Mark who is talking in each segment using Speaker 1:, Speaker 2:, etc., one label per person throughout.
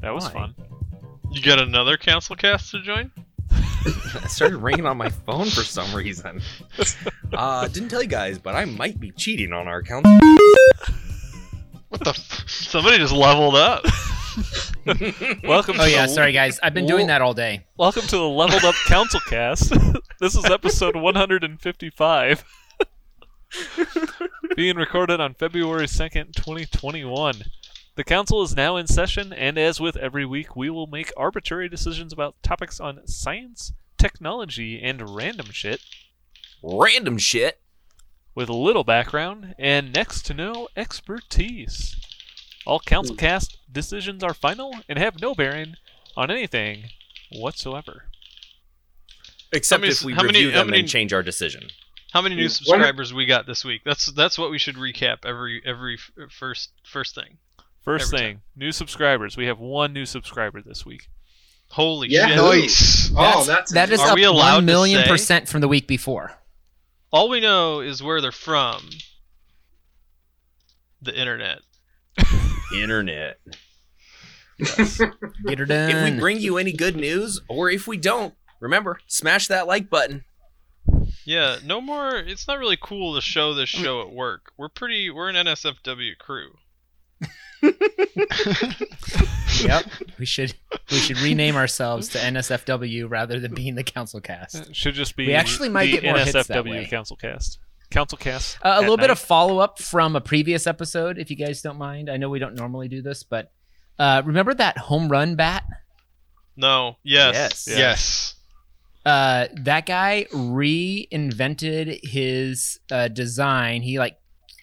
Speaker 1: That was
Speaker 2: Why?
Speaker 1: fun.
Speaker 3: You got another council cast to join?
Speaker 2: it started ringing on my phone for some reason. Uh, didn't tell you guys, but I might be cheating on our account.
Speaker 3: What the? F- Somebody just leveled up.
Speaker 1: Welcome.
Speaker 4: Oh
Speaker 1: to
Speaker 4: yeah,
Speaker 1: the,
Speaker 4: sorry guys. I've been doing that all day.
Speaker 1: Welcome to the leveled up council cast. this is episode 155, being recorded on February 2nd, 2021. The council is now in session, and as with every week, we will make arbitrary decisions about topics on science, technology, and random shit
Speaker 2: Random shit.
Speaker 1: with little background and next to no expertise. All council cast decisions are final and have no bearing on anything whatsoever.
Speaker 2: Except
Speaker 3: many-
Speaker 2: if we
Speaker 3: how many-
Speaker 2: review
Speaker 3: how
Speaker 2: them
Speaker 3: many-
Speaker 2: and change our decision.
Speaker 3: How many new
Speaker 5: One-
Speaker 3: subscribers we got this week? That's that's what we should recap every every f- first first thing.
Speaker 1: First
Speaker 3: Every
Speaker 1: thing, new subscribers. We have one new subscriber this week.
Speaker 3: Holy
Speaker 5: Yeah.
Speaker 3: shit.
Speaker 5: Nice. Oh, that's
Speaker 4: that is
Speaker 3: Are
Speaker 4: up
Speaker 3: we allowed to
Speaker 4: one million
Speaker 3: say?
Speaker 4: percent from the week before.
Speaker 3: All we know is where they're from. The internet.
Speaker 2: Internet.
Speaker 4: Get her
Speaker 2: If we
Speaker 4: done.
Speaker 2: bring you any good news, or if we don't, remember, smash that like button.
Speaker 3: Yeah, no more. It's not really cool to show this show at work. We're pretty. We're an NSFW crew.
Speaker 4: yep. We should we should rename ourselves to NSFW rather than being the council cast.
Speaker 1: It should just be
Speaker 4: Uh, We actually might
Speaker 1: the
Speaker 4: get more hits that
Speaker 1: NSFW
Speaker 4: way.
Speaker 1: council cast. Council cast.
Speaker 4: Uh,
Speaker 1: at
Speaker 4: a little bit
Speaker 1: night.
Speaker 4: of follow up from a previous episode, if you guys don't mind. I know we don't normally do this, but uh, remember that home run bat?
Speaker 3: No. Yes.
Speaker 2: Yes.
Speaker 1: Yeah.
Speaker 3: Yes.
Speaker 4: Uh, that guy reinvented his uh, design. He like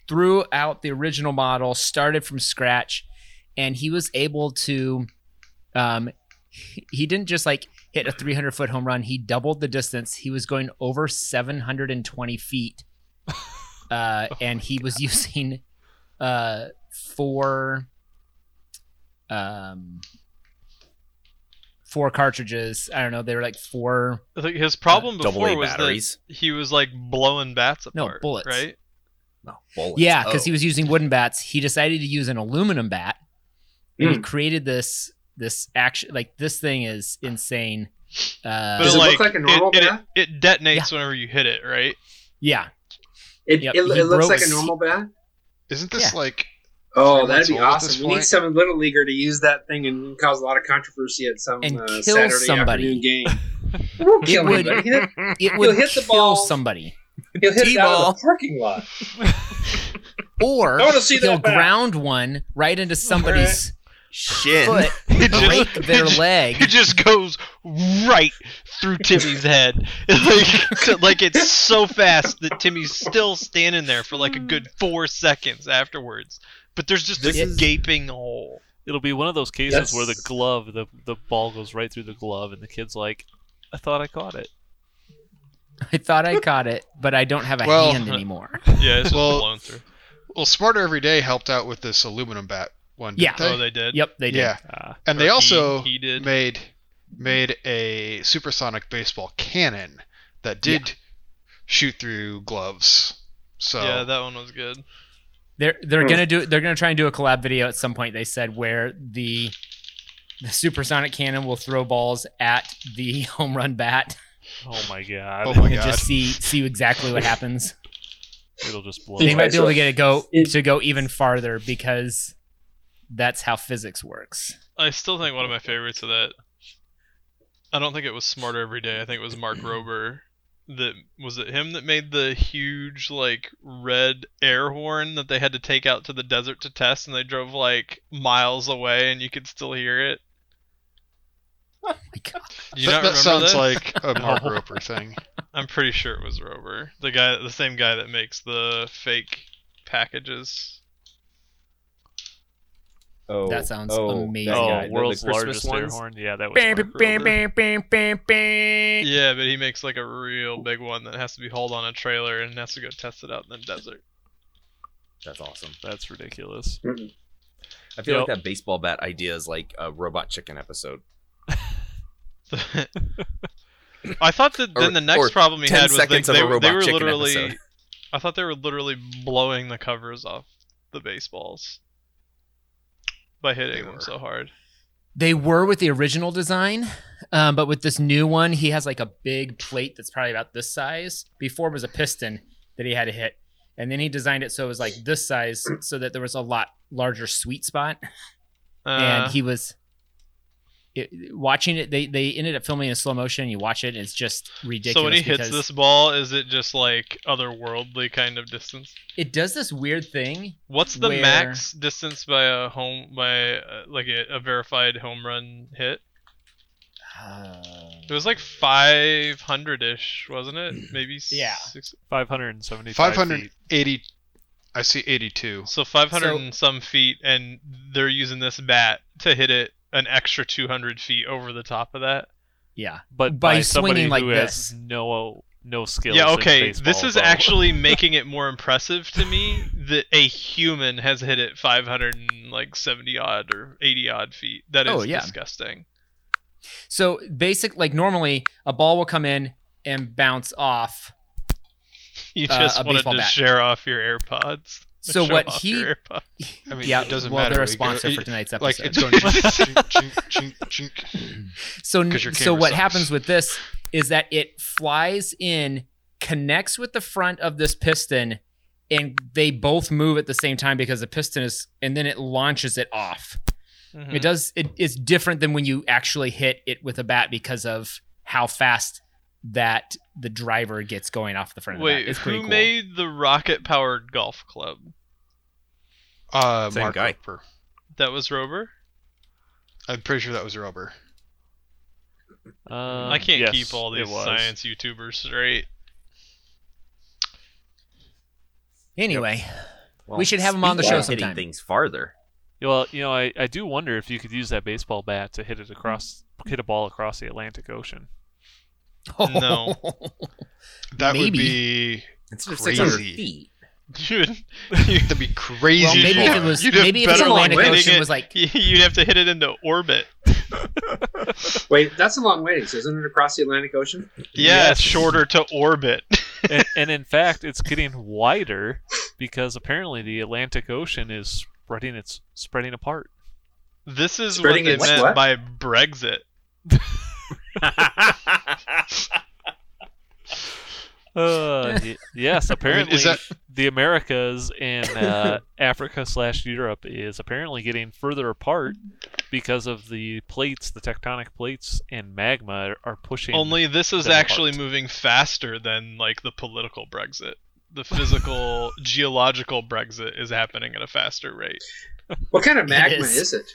Speaker 4: threw out the original model, started from scratch, and he was able to. Um, he he didn't just like hit a 300 foot home run. He doubled the distance. He was going over 720 feet, uh, and he was using uh, four um, four cartridges. I don't know. They were like four.
Speaker 3: I think his problem
Speaker 2: Double
Speaker 3: before
Speaker 2: A
Speaker 3: was that
Speaker 2: batteries.
Speaker 3: he was like blowing bats
Speaker 4: No,
Speaker 3: apart.
Speaker 4: bullets.
Speaker 3: Right.
Speaker 2: No, bullets.
Speaker 4: Yeah, because
Speaker 2: Oh.
Speaker 4: he was using wooden bats. He decided to use an aluminum bat, and
Speaker 5: Hmm.
Speaker 4: he created this this action. Like this thing is insane. Uh,
Speaker 3: But
Speaker 5: Does it
Speaker 3: like,
Speaker 5: look like a normal
Speaker 3: it,
Speaker 5: bat?
Speaker 3: It, it detonates whenever you hit it. Right.
Speaker 4: yeah,
Speaker 5: It,
Speaker 4: Yep,
Speaker 5: it,
Speaker 4: he
Speaker 5: it looks
Speaker 4: broke
Speaker 5: like a
Speaker 4: his-
Speaker 5: normal bat.
Speaker 6: Isn't this
Speaker 4: Yeah.
Speaker 6: like
Speaker 5: Oh,
Speaker 6: Three
Speaker 5: that'd be
Speaker 6: months old at this
Speaker 5: awesome. We need
Speaker 6: point.
Speaker 5: some little leaguer to use that thing and cause a lot of controversy at some
Speaker 4: And
Speaker 5: uh,
Speaker 4: kill
Speaker 5: Saturday
Speaker 4: somebody.
Speaker 5: afternoon game. We'll kill
Speaker 4: would-
Speaker 5: him, but He'll,
Speaker 4: it would
Speaker 5: hit the
Speaker 4: kill
Speaker 5: ball.
Speaker 4: somebody,
Speaker 5: he'll hit it out
Speaker 2: T-ball.
Speaker 5: of the parking lot.
Speaker 4: or
Speaker 5: I wanna see
Speaker 4: he'll
Speaker 5: that bat.
Speaker 4: ground one right into somebody's
Speaker 2: Shin.
Speaker 4: foot,
Speaker 3: It
Speaker 4: break their
Speaker 3: it,
Speaker 4: leg.
Speaker 3: it just goes right through Timmy's head. like, like it's so fast that Timmy's still standing there for like a good four seconds afterwards. But there's just
Speaker 2: This
Speaker 3: a
Speaker 2: is-
Speaker 3: gaping hole.
Speaker 1: It'll be one of those cases
Speaker 5: Yes.
Speaker 1: where the glove, the the ball goes right through the glove, and the kid's like, "I thought I caught it."
Speaker 4: I thought I caught it, but I don't have a
Speaker 6: Well,
Speaker 4: hand anymore.
Speaker 3: Yeah, it's just
Speaker 6: Well-
Speaker 3: blown through.
Speaker 6: well, Smarter Every Day helped out with this aluminum bat one.
Speaker 4: Yeah.
Speaker 6: didn't they?
Speaker 3: oh, they did.
Speaker 4: Yep, they did.
Speaker 6: yeah,
Speaker 1: Ah,
Speaker 6: and
Speaker 3: Or
Speaker 6: they
Speaker 3: he-
Speaker 6: also
Speaker 3: he did.
Speaker 6: made made a supersonic baseball cannon that did shoot through gloves. So
Speaker 3: Yeah, that one was good.
Speaker 4: They're they're
Speaker 5: Hmm.
Speaker 4: gonna do they're gonna try and do a collab video at some point. They said where the the supersonic cannon will throw balls at the home run bat.
Speaker 1: oh my god!
Speaker 6: oh my
Speaker 4: and
Speaker 6: god,
Speaker 4: just see see exactly what happens.
Speaker 1: It'll just blow.
Speaker 4: They
Speaker 5: Yeah,
Speaker 1: up.
Speaker 4: might be able to
Speaker 5: so
Speaker 4: get it go
Speaker 5: it-
Speaker 4: to go even farther because that's how physics works.
Speaker 3: I still think one of my favorites of that. I don't think it was Smarter Every Day. I think it was Mark Rober. That was it. Him that made the huge like red air horn that they had to take out to the desert to test, and they drove like miles away, and you could still hear it.
Speaker 4: my God.
Speaker 3: Do you
Speaker 6: that,
Speaker 3: not
Speaker 6: that
Speaker 3: remember
Speaker 6: sounds
Speaker 3: that?
Speaker 6: like a Mark Roper thing.
Speaker 3: I'm pretty sure it was Rober, the guy, the same guy that makes the fake packages.
Speaker 2: Oh,
Speaker 4: That sounds amazing.
Speaker 2: that
Speaker 1: Oh,
Speaker 2: guy, the- the
Speaker 1: world's
Speaker 2: Christmas
Speaker 1: largest air
Speaker 2: ones?
Speaker 1: horn. Yeah, that was.
Speaker 4: Bam,
Speaker 1: Mark
Speaker 4: bam,
Speaker 1: Rober.
Speaker 4: bam, bam, bam, bam.
Speaker 3: Yeah, but he makes like a real big one that has to be hauled on a trailer and has to go test it out in the desert.
Speaker 2: That's awesome.
Speaker 1: That's ridiculous.
Speaker 2: I feel
Speaker 1: Yep.
Speaker 2: like that baseball bat idea is like a robot chicken episode.
Speaker 3: I thought that
Speaker 2: Or-
Speaker 3: then the
Speaker 2: or
Speaker 3: next problem he
Speaker 2: 10
Speaker 3: had was they,
Speaker 2: seconds of a
Speaker 3: they, were- they
Speaker 2: Robot
Speaker 3: were
Speaker 2: Chicken
Speaker 3: literally.
Speaker 2: episode.
Speaker 3: I thought they were literally blowing the covers off the baseballs by hitting
Speaker 6: They
Speaker 3: them
Speaker 6: were.
Speaker 3: so hard.
Speaker 4: They were with the original design, um, but with this new one, he has like a big plate that's probably about this size. Before it was a piston that he had to hit, and then he designed it so it was like this size, so that there was a lot larger sweet spot
Speaker 3: Uh,
Speaker 4: and he was it, watching it. They they ended up filming in slow motion. You watch it, it's just ridiculous.
Speaker 3: so when he hits
Speaker 4: because
Speaker 3: this ball, is it just like otherworldly kind of distance?
Speaker 4: it does this weird thing.
Speaker 3: What's the
Speaker 4: Where-
Speaker 3: max distance by a home by uh, like a, a verified home run hit?
Speaker 4: Uh,
Speaker 3: It was like 500 ish, wasn't it? Maybe
Speaker 4: Yeah.
Speaker 3: six-
Speaker 1: 575 feet.
Speaker 6: 580. I see 82.
Speaker 3: So 500 and some feet, and they're using this bat to hit it an extra 200 feet over the top of that.
Speaker 4: yeah,
Speaker 1: But
Speaker 4: By
Speaker 1: by, somebody
Speaker 4: swinging like
Speaker 1: who
Speaker 4: this.
Speaker 1: has no no skills.
Speaker 3: yeah,
Speaker 1: in
Speaker 3: okay.
Speaker 1: baseball,
Speaker 3: This is
Speaker 1: though.
Speaker 3: actually making it more impressive to me that a human has hit it 500 and like 70 odd or 80 odd feet. That is
Speaker 4: Oh, yeah.
Speaker 3: disgusting.
Speaker 4: so basic like normally a ball will come in and bounce off.
Speaker 3: You
Speaker 4: Uh,
Speaker 3: just
Speaker 4: a
Speaker 3: wanted
Speaker 4: baseball
Speaker 3: to
Speaker 4: bat.
Speaker 3: share off your AirPods.
Speaker 4: So
Speaker 3: Show
Speaker 4: what
Speaker 3: off
Speaker 4: he-
Speaker 3: your AirPods.
Speaker 6: I mean,
Speaker 4: yeah,
Speaker 6: it doesn't
Speaker 4: well,
Speaker 6: matter.
Speaker 4: They're
Speaker 6: We
Speaker 4: a
Speaker 6: could-
Speaker 4: sponsor
Speaker 6: it-
Speaker 4: for tonight's episode.
Speaker 6: Like, it's going chink, chink, chink, chink, chink.
Speaker 4: so
Speaker 6: 'Cause your
Speaker 4: so
Speaker 6: camera
Speaker 4: what
Speaker 6: sucks.
Speaker 4: happens with this is that it flies in connects with the front of this piston and they both move at the same time because the piston is and then it launches it off
Speaker 6: Mm-hmm.
Speaker 3: Mhm.
Speaker 4: Mm-hmm. it does it is different than when you actually hit it with a bat because of how fast that the driver gets going off the front of the
Speaker 3: Wait,
Speaker 4: bat. It's pretty
Speaker 3: who
Speaker 4: cool.
Speaker 3: made the rocket powered golf club?
Speaker 6: Uh,
Speaker 2: Same
Speaker 6: Mark
Speaker 2: guy.
Speaker 6: Roper.
Speaker 3: That was Rover?
Speaker 6: I'm pretty sure that was rubber.
Speaker 1: Um,
Speaker 3: I can't
Speaker 1: yes,
Speaker 3: keep all
Speaker 1: it
Speaker 3: these
Speaker 1: was.
Speaker 3: science YouTubers straight.
Speaker 4: anyway,
Speaker 2: Well,
Speaker 4: We should have him on the
Speaker 2: speaking
Speaker 4: show
Speaker 2: of hitting
Speaker 4: sometime.
Speaker 2: things farther.
Speaker 1: Well, you know, I, I do wonder if you could use that baseball bat to hit it across, hit a ball across the Atlantic Ocean.
Speaker 3: No.
Speaker 6: That would
Speaker 4: Maybe.
Speaker 6: be.
Speaker 2: Instead of 600
Speaker 6: Crazy.
Speaker 2: feet.
Speaker 3: You'd,
Speaker 6: That'd be crazy.
Speaker 4: well, maybe if
Speaker 6: far.
Speaker 4: it was
Speaker 3: You'd have
Speaker 4: maybe if the
Speaker 3: better
Speaker 4: Atlantic
Speaker 3: landing
Speaker 4: Ocean
Speaker 3: it.
Speaker 4: was like
Speaker 3: you'd have to hit it into orbit.
Speaker 5: Wait, that's a long ways, isn't it? Across the Atlantic Ocean.
Speaker 3: Yeah, it's shorter to orbit.
Speaker 1: and, and in fact, it's getting wider because apparently the Atlantic Ocean is spreading its spreading apart.
Speaker 3: this is
Speaker 5: Spreading
Speaker 3: what they
Speaker 5: its
Speaker 3: meant
Speaker 5: what?
Speaker 3: by Brexit.
Speaker 1: Uh, y- yes, apparently
Speaker 6: is that-
Speaker 1: the Americas and uh, Africa slash Europe is apparently getting further apart because of the plates, the tectonic plates, and magma are, are pushing.
Speaker 3: Only this is
Speaker 1: They're
Speaker 3: actually
Speaker 1: apart.
Speaker 3: moving faster than like the political Brexit. The physical geological Brexit is happening at a faster rate.
Speaker 5: What kind of magma
Speaker 4: is.
Speaker 5: is it?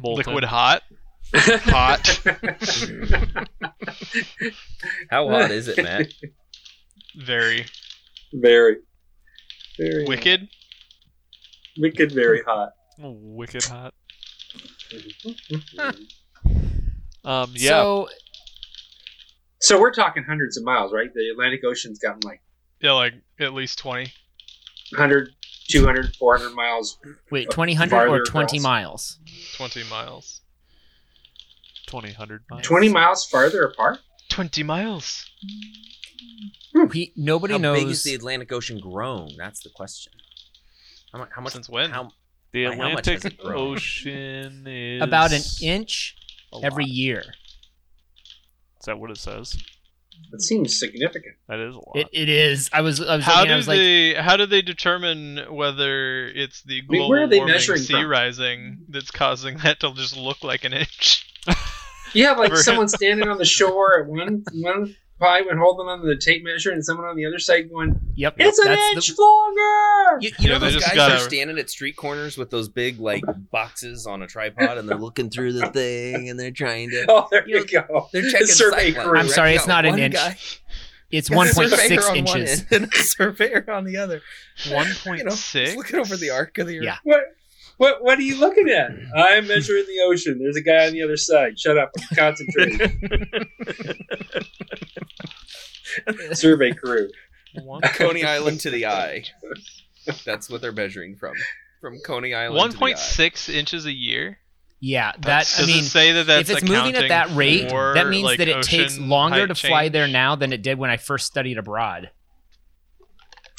Speaker 1: molten.
Speaker 3: Liquid hot.
Speaker 6: hot.
Speaker 2: How hot is it, Matt?
Speaker 3: Very
Speaker 5: Very, very
Speaker 3: wicked.
Speaker 5: wicked, very hot.
Speaker 1: wicked hot. Um, yeah,
Speaker 4: so
Speaker 5: so we're talking hundreds of miles, right? The Atlantic Ocean's gotten like
Speaker 3: Yeah, like at least twenty.
Speaker 5: 100, 200, 400 miles.
Speaker 4: wait, 2,000
Speaker 5: Farther
Speaker 4: or 20
Speaker 5: across.
Speaker 4: miles.
Speaker 3: 20 miles.
Speaker 1: twenty hundred miles.
Speaker 5: 20 miles farther apart?
Speaker 3: 20 miles.
Speaker 4: He, nobody
Speaker 2: how
Speaker 4: knows.
Speaker 2: big is the Atlantic Ocean grown? That's the question. How, mu- how much?
Speaker 3: Since when?
Speaker 2: How,
Speaker 1: The
Speaker 2: By how much has
Speaker 1: Atlantic
Speaker 2: it grown?
Speaker 1: Ocean is
Speaker 4: about an inch
Speaker 2: a
Speaker 4: every
Speaker 2: lot.
Speaker 4: year.
Speaker 1: Is that what it says?
Speaker 5: It seems significant.
Speaker 1: That is a lot.
Speaker 4: It, it is. I was I was,
Speaker 3: How
Speaker 4: looking, I
Speaker 3: do
Speaker 4: was like
Speaker 3: they how do they determine whether it's the
Speaker 5: mean,
Speaker 3: global
Speaker 5: where are they
Speaker 3: warming
Speaker 5: measuring
Speaker 3: sea
Speaker 5: from?
Speaker 3: rising that's causing that to just look like an inch?
Speaker 5: You have like
Speaker 3: Right.
Speaker 5: someone standing on the shore at one one pipe and holding on to the tape measure, and someone on the other side going,
Speaker 4: Yep.
Speaker 5: "It's an
Speaker 4: that's the-
Speaker 5: inch longer."
Speaker 2: You,
Speaker 3: Yeah,
Speaker 2: you know
Speaker 3: they
Speaker 2: those
Speaker 3: just
Speaker 2: guys
Speaker 3: gotta-
Speaker 2: that are standing at street corners with those big like boxes on a tripod, and they're looking through the thing, and they're trying to.
Speaker 5: oh, there you,
Speaker 2: You
Speaker 5: go.
Speaker 2: They're checking
Speaker 5: survey
Speaker 2: sight lines,
Speaker 5: crew.
Speaker 2: right?
Speaker 4: I'm sorry,
Speaker 2: You
Speaker 4: it's
Speaker 2: got
Speaker 4: not an
Speaker 2: one
Speaker 4: inch.
Speaker 2: guy-
Speaker 4: it's
Speaker 2: you got a
Speaker 4: 1.6
Speaker 2: surveyor on one
Speaker 4: inches.
Speaker 2: end and a surveyor on the other.
Speaker 3: One
Speaker 2: You
Speaker 3: point
Speaker 2: know,
Speaker 3: six.
Speaker 2: just looking over the arc of the Earth.
Speaker 4: Yeah.
Speaker 5: What? What, what are you looking at? I'm measuring the ocean. There's a guy on the other side. Shut up. I'm concentrating. Survey crew.
Speaker 1: One-
Speaker 2: Coney Island to the eye. That's what they're measuring from. From Coney Island.
Speaker 3: One
Speaker 2: to the
Speaker 3: point
Speaker 2: eye.
Speaker 3: six inches a year.
Speaker 4: Yeah, that
Speaker 6: That's-
Speaker 4: I
Speaker 3: Does
Speaker 4: mean
Speaker 3: it say that that's
Speaker 4: if it's moving at
Speaker 3: accounting
Speaker 4: that rate,
Speaker 3: for,
Speaker 4: that means
Speaker 3: like,
Speaker 4: that it takes
Speaker 3: ocean
Speaker 4: longer
Speaker 3: height
Speaker 4: to fly
Speaker 3: change?
Speaker 4: there now than it did when I first studied abroad.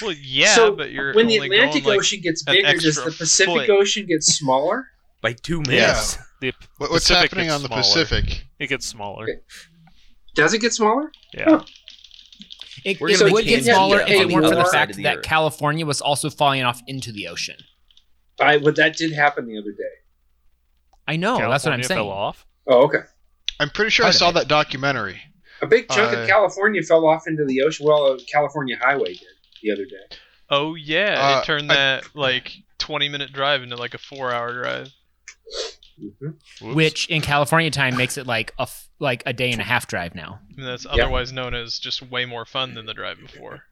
Speaker 3: Well, yeah,
Speaker 5: So,
Speaker 3: but you're
Speaker 5: when the
Speaker 3: only
Speaker 5: Atlantic
Speaker 3: going, like,
Speaker 5: Ocean gets
Speaker 3: an
Speaker 5: bigger, does
Speaker 3: extra
Speaker 5: the Pacific
Speaker 3: foot.
Speaker 5: Ocean get smaller?
Speaker 2: By two
Speaker 6: Yeah.
Speaker 2: minutes.
Speaker 1: The
Speaker 6: What, what's
Speaker 1: Pacific
Speaker 6: happening
Speaker 1: gets
Speaker 6: on the
Speaker 1: smaller.
Speaker 6: Pacific?
Speaker 1: it gets smaller.
Speaker 5: Does it get smaller?
Speaker 4: Oh,
Speaker 1: Yeah.
Speaker 4: It,
Speaker 2: We're
Speaker 4: it
Speaker 2: gonna
Speaker 4: would
Speaker 2: change
Speaker 4: get
Speaker 2: the
Speaker 4: smaller if it
Speaker 2: economy
Speaker 4: weren't for the
Speaker 2: outside
Speaker 4: fact
Speaker 2: of the
Speaker 4: that
Speaker 2: earth.
Speaker 4: California was also falling off into the ocean.
Speaker 5: I well, that did happen the other day.
Speaker 4: I know. that's what I'm
Speaker 1: California
Speaker 4: saying.
Speaker 1: Fell off.
Speaker 5: Oh, okay.
Speaker 6: I'm pretty sure I
Speaker 4: Part of
Speaker 6: saw
Speaker 4: it.
Speaker 6: that documentary.
Speaker 5: A big chunk
Speaker 6: Uh,
Speaker 5: of California fell off into the ocean. Well, a California highway did the other day.
Speaker 3: Oh yeah,
Speaker 6: Uh,
Speaker 3: it turned
Speaker 6: I-
Speaker 3: that like 20 minute drive into like a four hour drive.
Speaker 5: hmm
Speaker 3: Mm-hmm.
Speaker 1: Whoops.
Speaker 4: Which in California time makes it like a f- like a day and a half drive now.
Speaker 3: And that's
Speaker 5: Yeah.
Speaker 3: otherwise known as just way more fun than the drive before.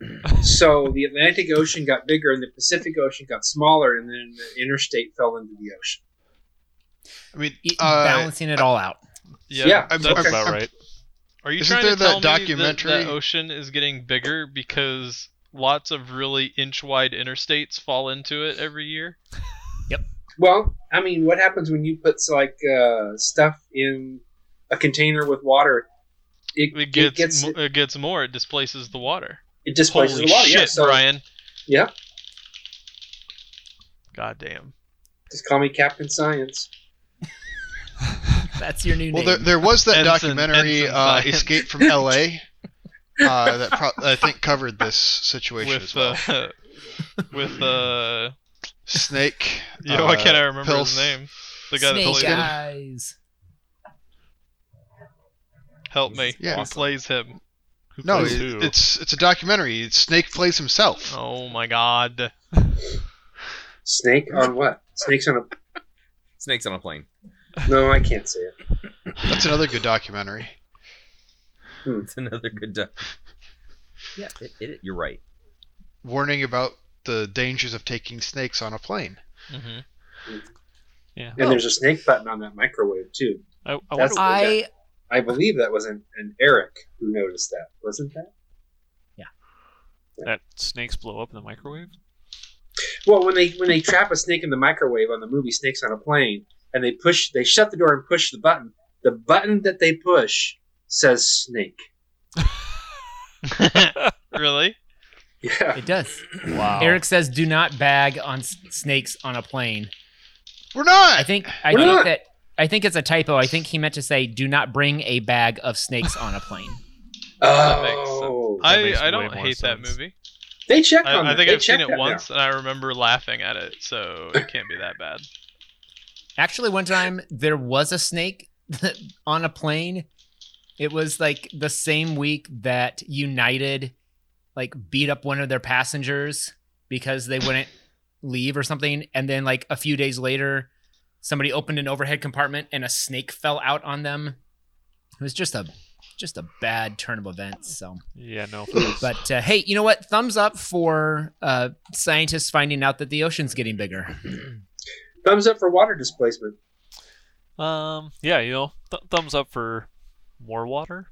Speaker 5: So the Atlantic Ocean got bigger, and the Pacific Ocean got smaller, and then the interstate fell into the ocean.
Speaker 6: I mean,
Speaker 4: It-
Speaker 6: uh,
Speaker 4: balancing it all out.
Speaker 3: Yeah.
Speaker 5: Yeah,
Speaker 6: I'm,
Speaker 3: that's-
Speaker 6: I'm-
Speaker 1: about
Speaker 6: I'm-
Speaker 1: right.
Speaker 3: Are you
Speaker 6: Isn't
Speaker 3: trying to
Speaker 6: there
Speaker 3: tell
Speaker 6: that
Speaker 3: me that
Speaker 6: documentary-
Speaker 3: the ocean is getting bigger because lots of really inch wide interstates fall into it every year?
Speaker 5: Well, I mean, what happens when you put like uh, stuff in a container with water? It,
Speaker 3: It gets
Speaker 5: it gets
Speaker 3: mo- it gets more. It displaces the water.
Speaker 5: it displaces
Speaker 3: Holy
Speaker 5: the water.
Speaker 3: shit,
Speaker 5: yeah, so
Speaker 3: Brian!
Speaker 5: yeah,
Speaker 3: God damn.
Speaker 5: just call me Captain Science.
Speaker 4: That's your new
Speaker 6: well,
Speaker 4: name.
Speaker 6: there, there was that
Speaker 3: Ensign-
Speaker 6: documentary,
Speaker 3: Ensign
Speaker 6: uh,
Speaker 3: Science.
Speaker 6: "Escape from L.A." Uh, that pro- I think covered this situation
Speaker 3: With
Speaker 6: as well.
Speaker 3: uh, with uh,
Speaker 6: Snake.
Speaker 3: yo, why can't I
Speaker 6: uh,
Speaker 3: remember his
Speaker 6: Pils-
Speaker 3: name? The guy that
Speaker 4: Snake
Speaker 3: plays him.
Speaker 4: eyes.
Speaker 3: Help me.
Speaker 6: Yeah.
Speaker 3: Who plays him?
Speaker 1: Who
Speaker 6: No,
Speaker 1: plays
Speaker 6: it-
Speaker 1: who?
Speaker 6: it's it's a documentary. It's Snake plays himself.
Speaker 3: Oh my god.
Speaker 5: Snake on what? Snakes on a?
Speaker 2: Snakes on a plane.
Speaker 5: No, I can't say it.
Speaker 6: That's another good documentary.
Speaker 2: It's another good. doc- yeah, it, it, you're right.
Speaker 6: Warning about the dangers of taking snakes on a plane.
Speaker 3: hmm
Speaker 1: yeah.
Speaker 3: Oh.
Speaker 5: And there's a snake button on that microwave too.
Speaker 1: I, I
Speaker 5: That's-
Speaker 1: wonder,
Speaker 4: I
Speaker 5: I believe that was an, an Eric who noticed that, wasn't that?
Speaker 1: that snakes blow up in the microwave.
Speaker 5: Well, when they when they trap a snake in the microwave on the movie Snakes on a Plane, and they push, they shut the door and push the button. The button that they push says snake.
Speaker 3: really?
Speaker 5: Yeah,
Speaker 4: it does.
Speaker 1: Wow.
Speaker 4: Eric says, "Do not bag on s- snakes on a plane."
Speaker 6: We're not.
Speaker 4: I think I
Speaker 5: We're
Speaker 4: think
Speaker 5: not-
Speaker 4: that I think it's a typo. I think he meant to say, "Do not bring a bag of snakes on a plane."
Speaker 3: That makes sense.
Speaker 5: Oh.
Speaker 1: That
Speaker 3: I,
Speaker 1: makes
Speaker 3: I
Speaker 1: way
Speaker 3: don't
Speaker 1: more
Speaker 3: hate that
Speaker 1: sense.
Speaker 3: movie.
Speaker 5: they checked on
Speaker 3: I, I
Speaker 5: that.
Speaker 3: think
Speaker 5: They
Speaker 3: I've seen
Speaker 5: checked
Speaker 3: it
Speaker 5: that now.
Speaker 3: once, and I remember laughing at it, so it can't be that bad.
Speaker 4: Actually, one time there was a snake on a plane. It was like the same week that United like beat up one of their passengers because they wouldn't leave or something and then like a few days later somebody opened an overhead compartment and a snake fell out on them. It was just a just a bad turn of events, so
Speaker 1: Yeah, no.
Speaker 4: but uh, hey, you know what? Thumbs up for uh, scientists finding out that the ocean's getting bigger.
Speaker 5: Thumbs up for water displacement.
Speaker 1: Um, yeah, you know, th- thumbs up for more water.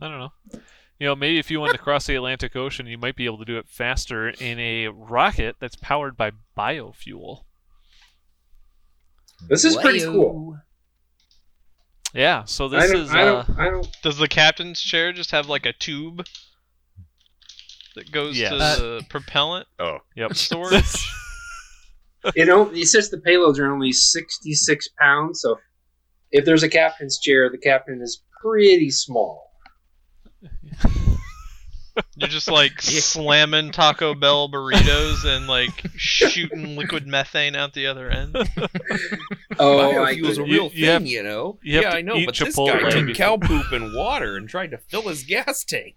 Speaker 1: I don't know. You know, maybe if you wanted to cross the Atlantic Ocean, you might be able to do it faster in a rocket that's powered by biofuel.
Speaker 5: This is pretty
Speaker 4: Wayo.
Speaker 5: cool.
Speaker 1: Yeah, so
Speaker 5: I
Speaker 1: this
Speaker 5: don't,
Speaker 1: is
Speaker 5: I
Speaker 1: uh,
Speaker 5: don't, I don't.
Speaker 3: Does the captain's chair just have like a tube that goes
Speaker 1: Yes.
Speaker 3: to
Speaker 1: Uh,
Speaker 3: the propellant
Speaker 2: Oh,
Speaker 1: yep.
Speaker 3: storage?
Speaker 5: It, only, it says the payloads are only sixty-six pounds. So if there's a captain's chair, the captain is pretty small.
Speaker 3: You're just like slamming Taco Bell burritos and like shooting liquid methane out the other end.
Speaker 5: Oh, I
Speaker 2: biofuel's a
Speaker 1: you-
Speaker 2: real
Speaker 1: you
Speaker 2: thing,
Speaker 1: have-
Speaker 2: you know.
Speaker 1: you have
Speaker 2: yeah,
Speaker 1: to
Speaker 2: I know,
Speaker 1: eat
Speaker 2: but
Speaker 1: Chipotle
Speaker 2: this guy took
Speaker 1: before-
Speaker 2: cow poop and water and tried to fill his gas tank.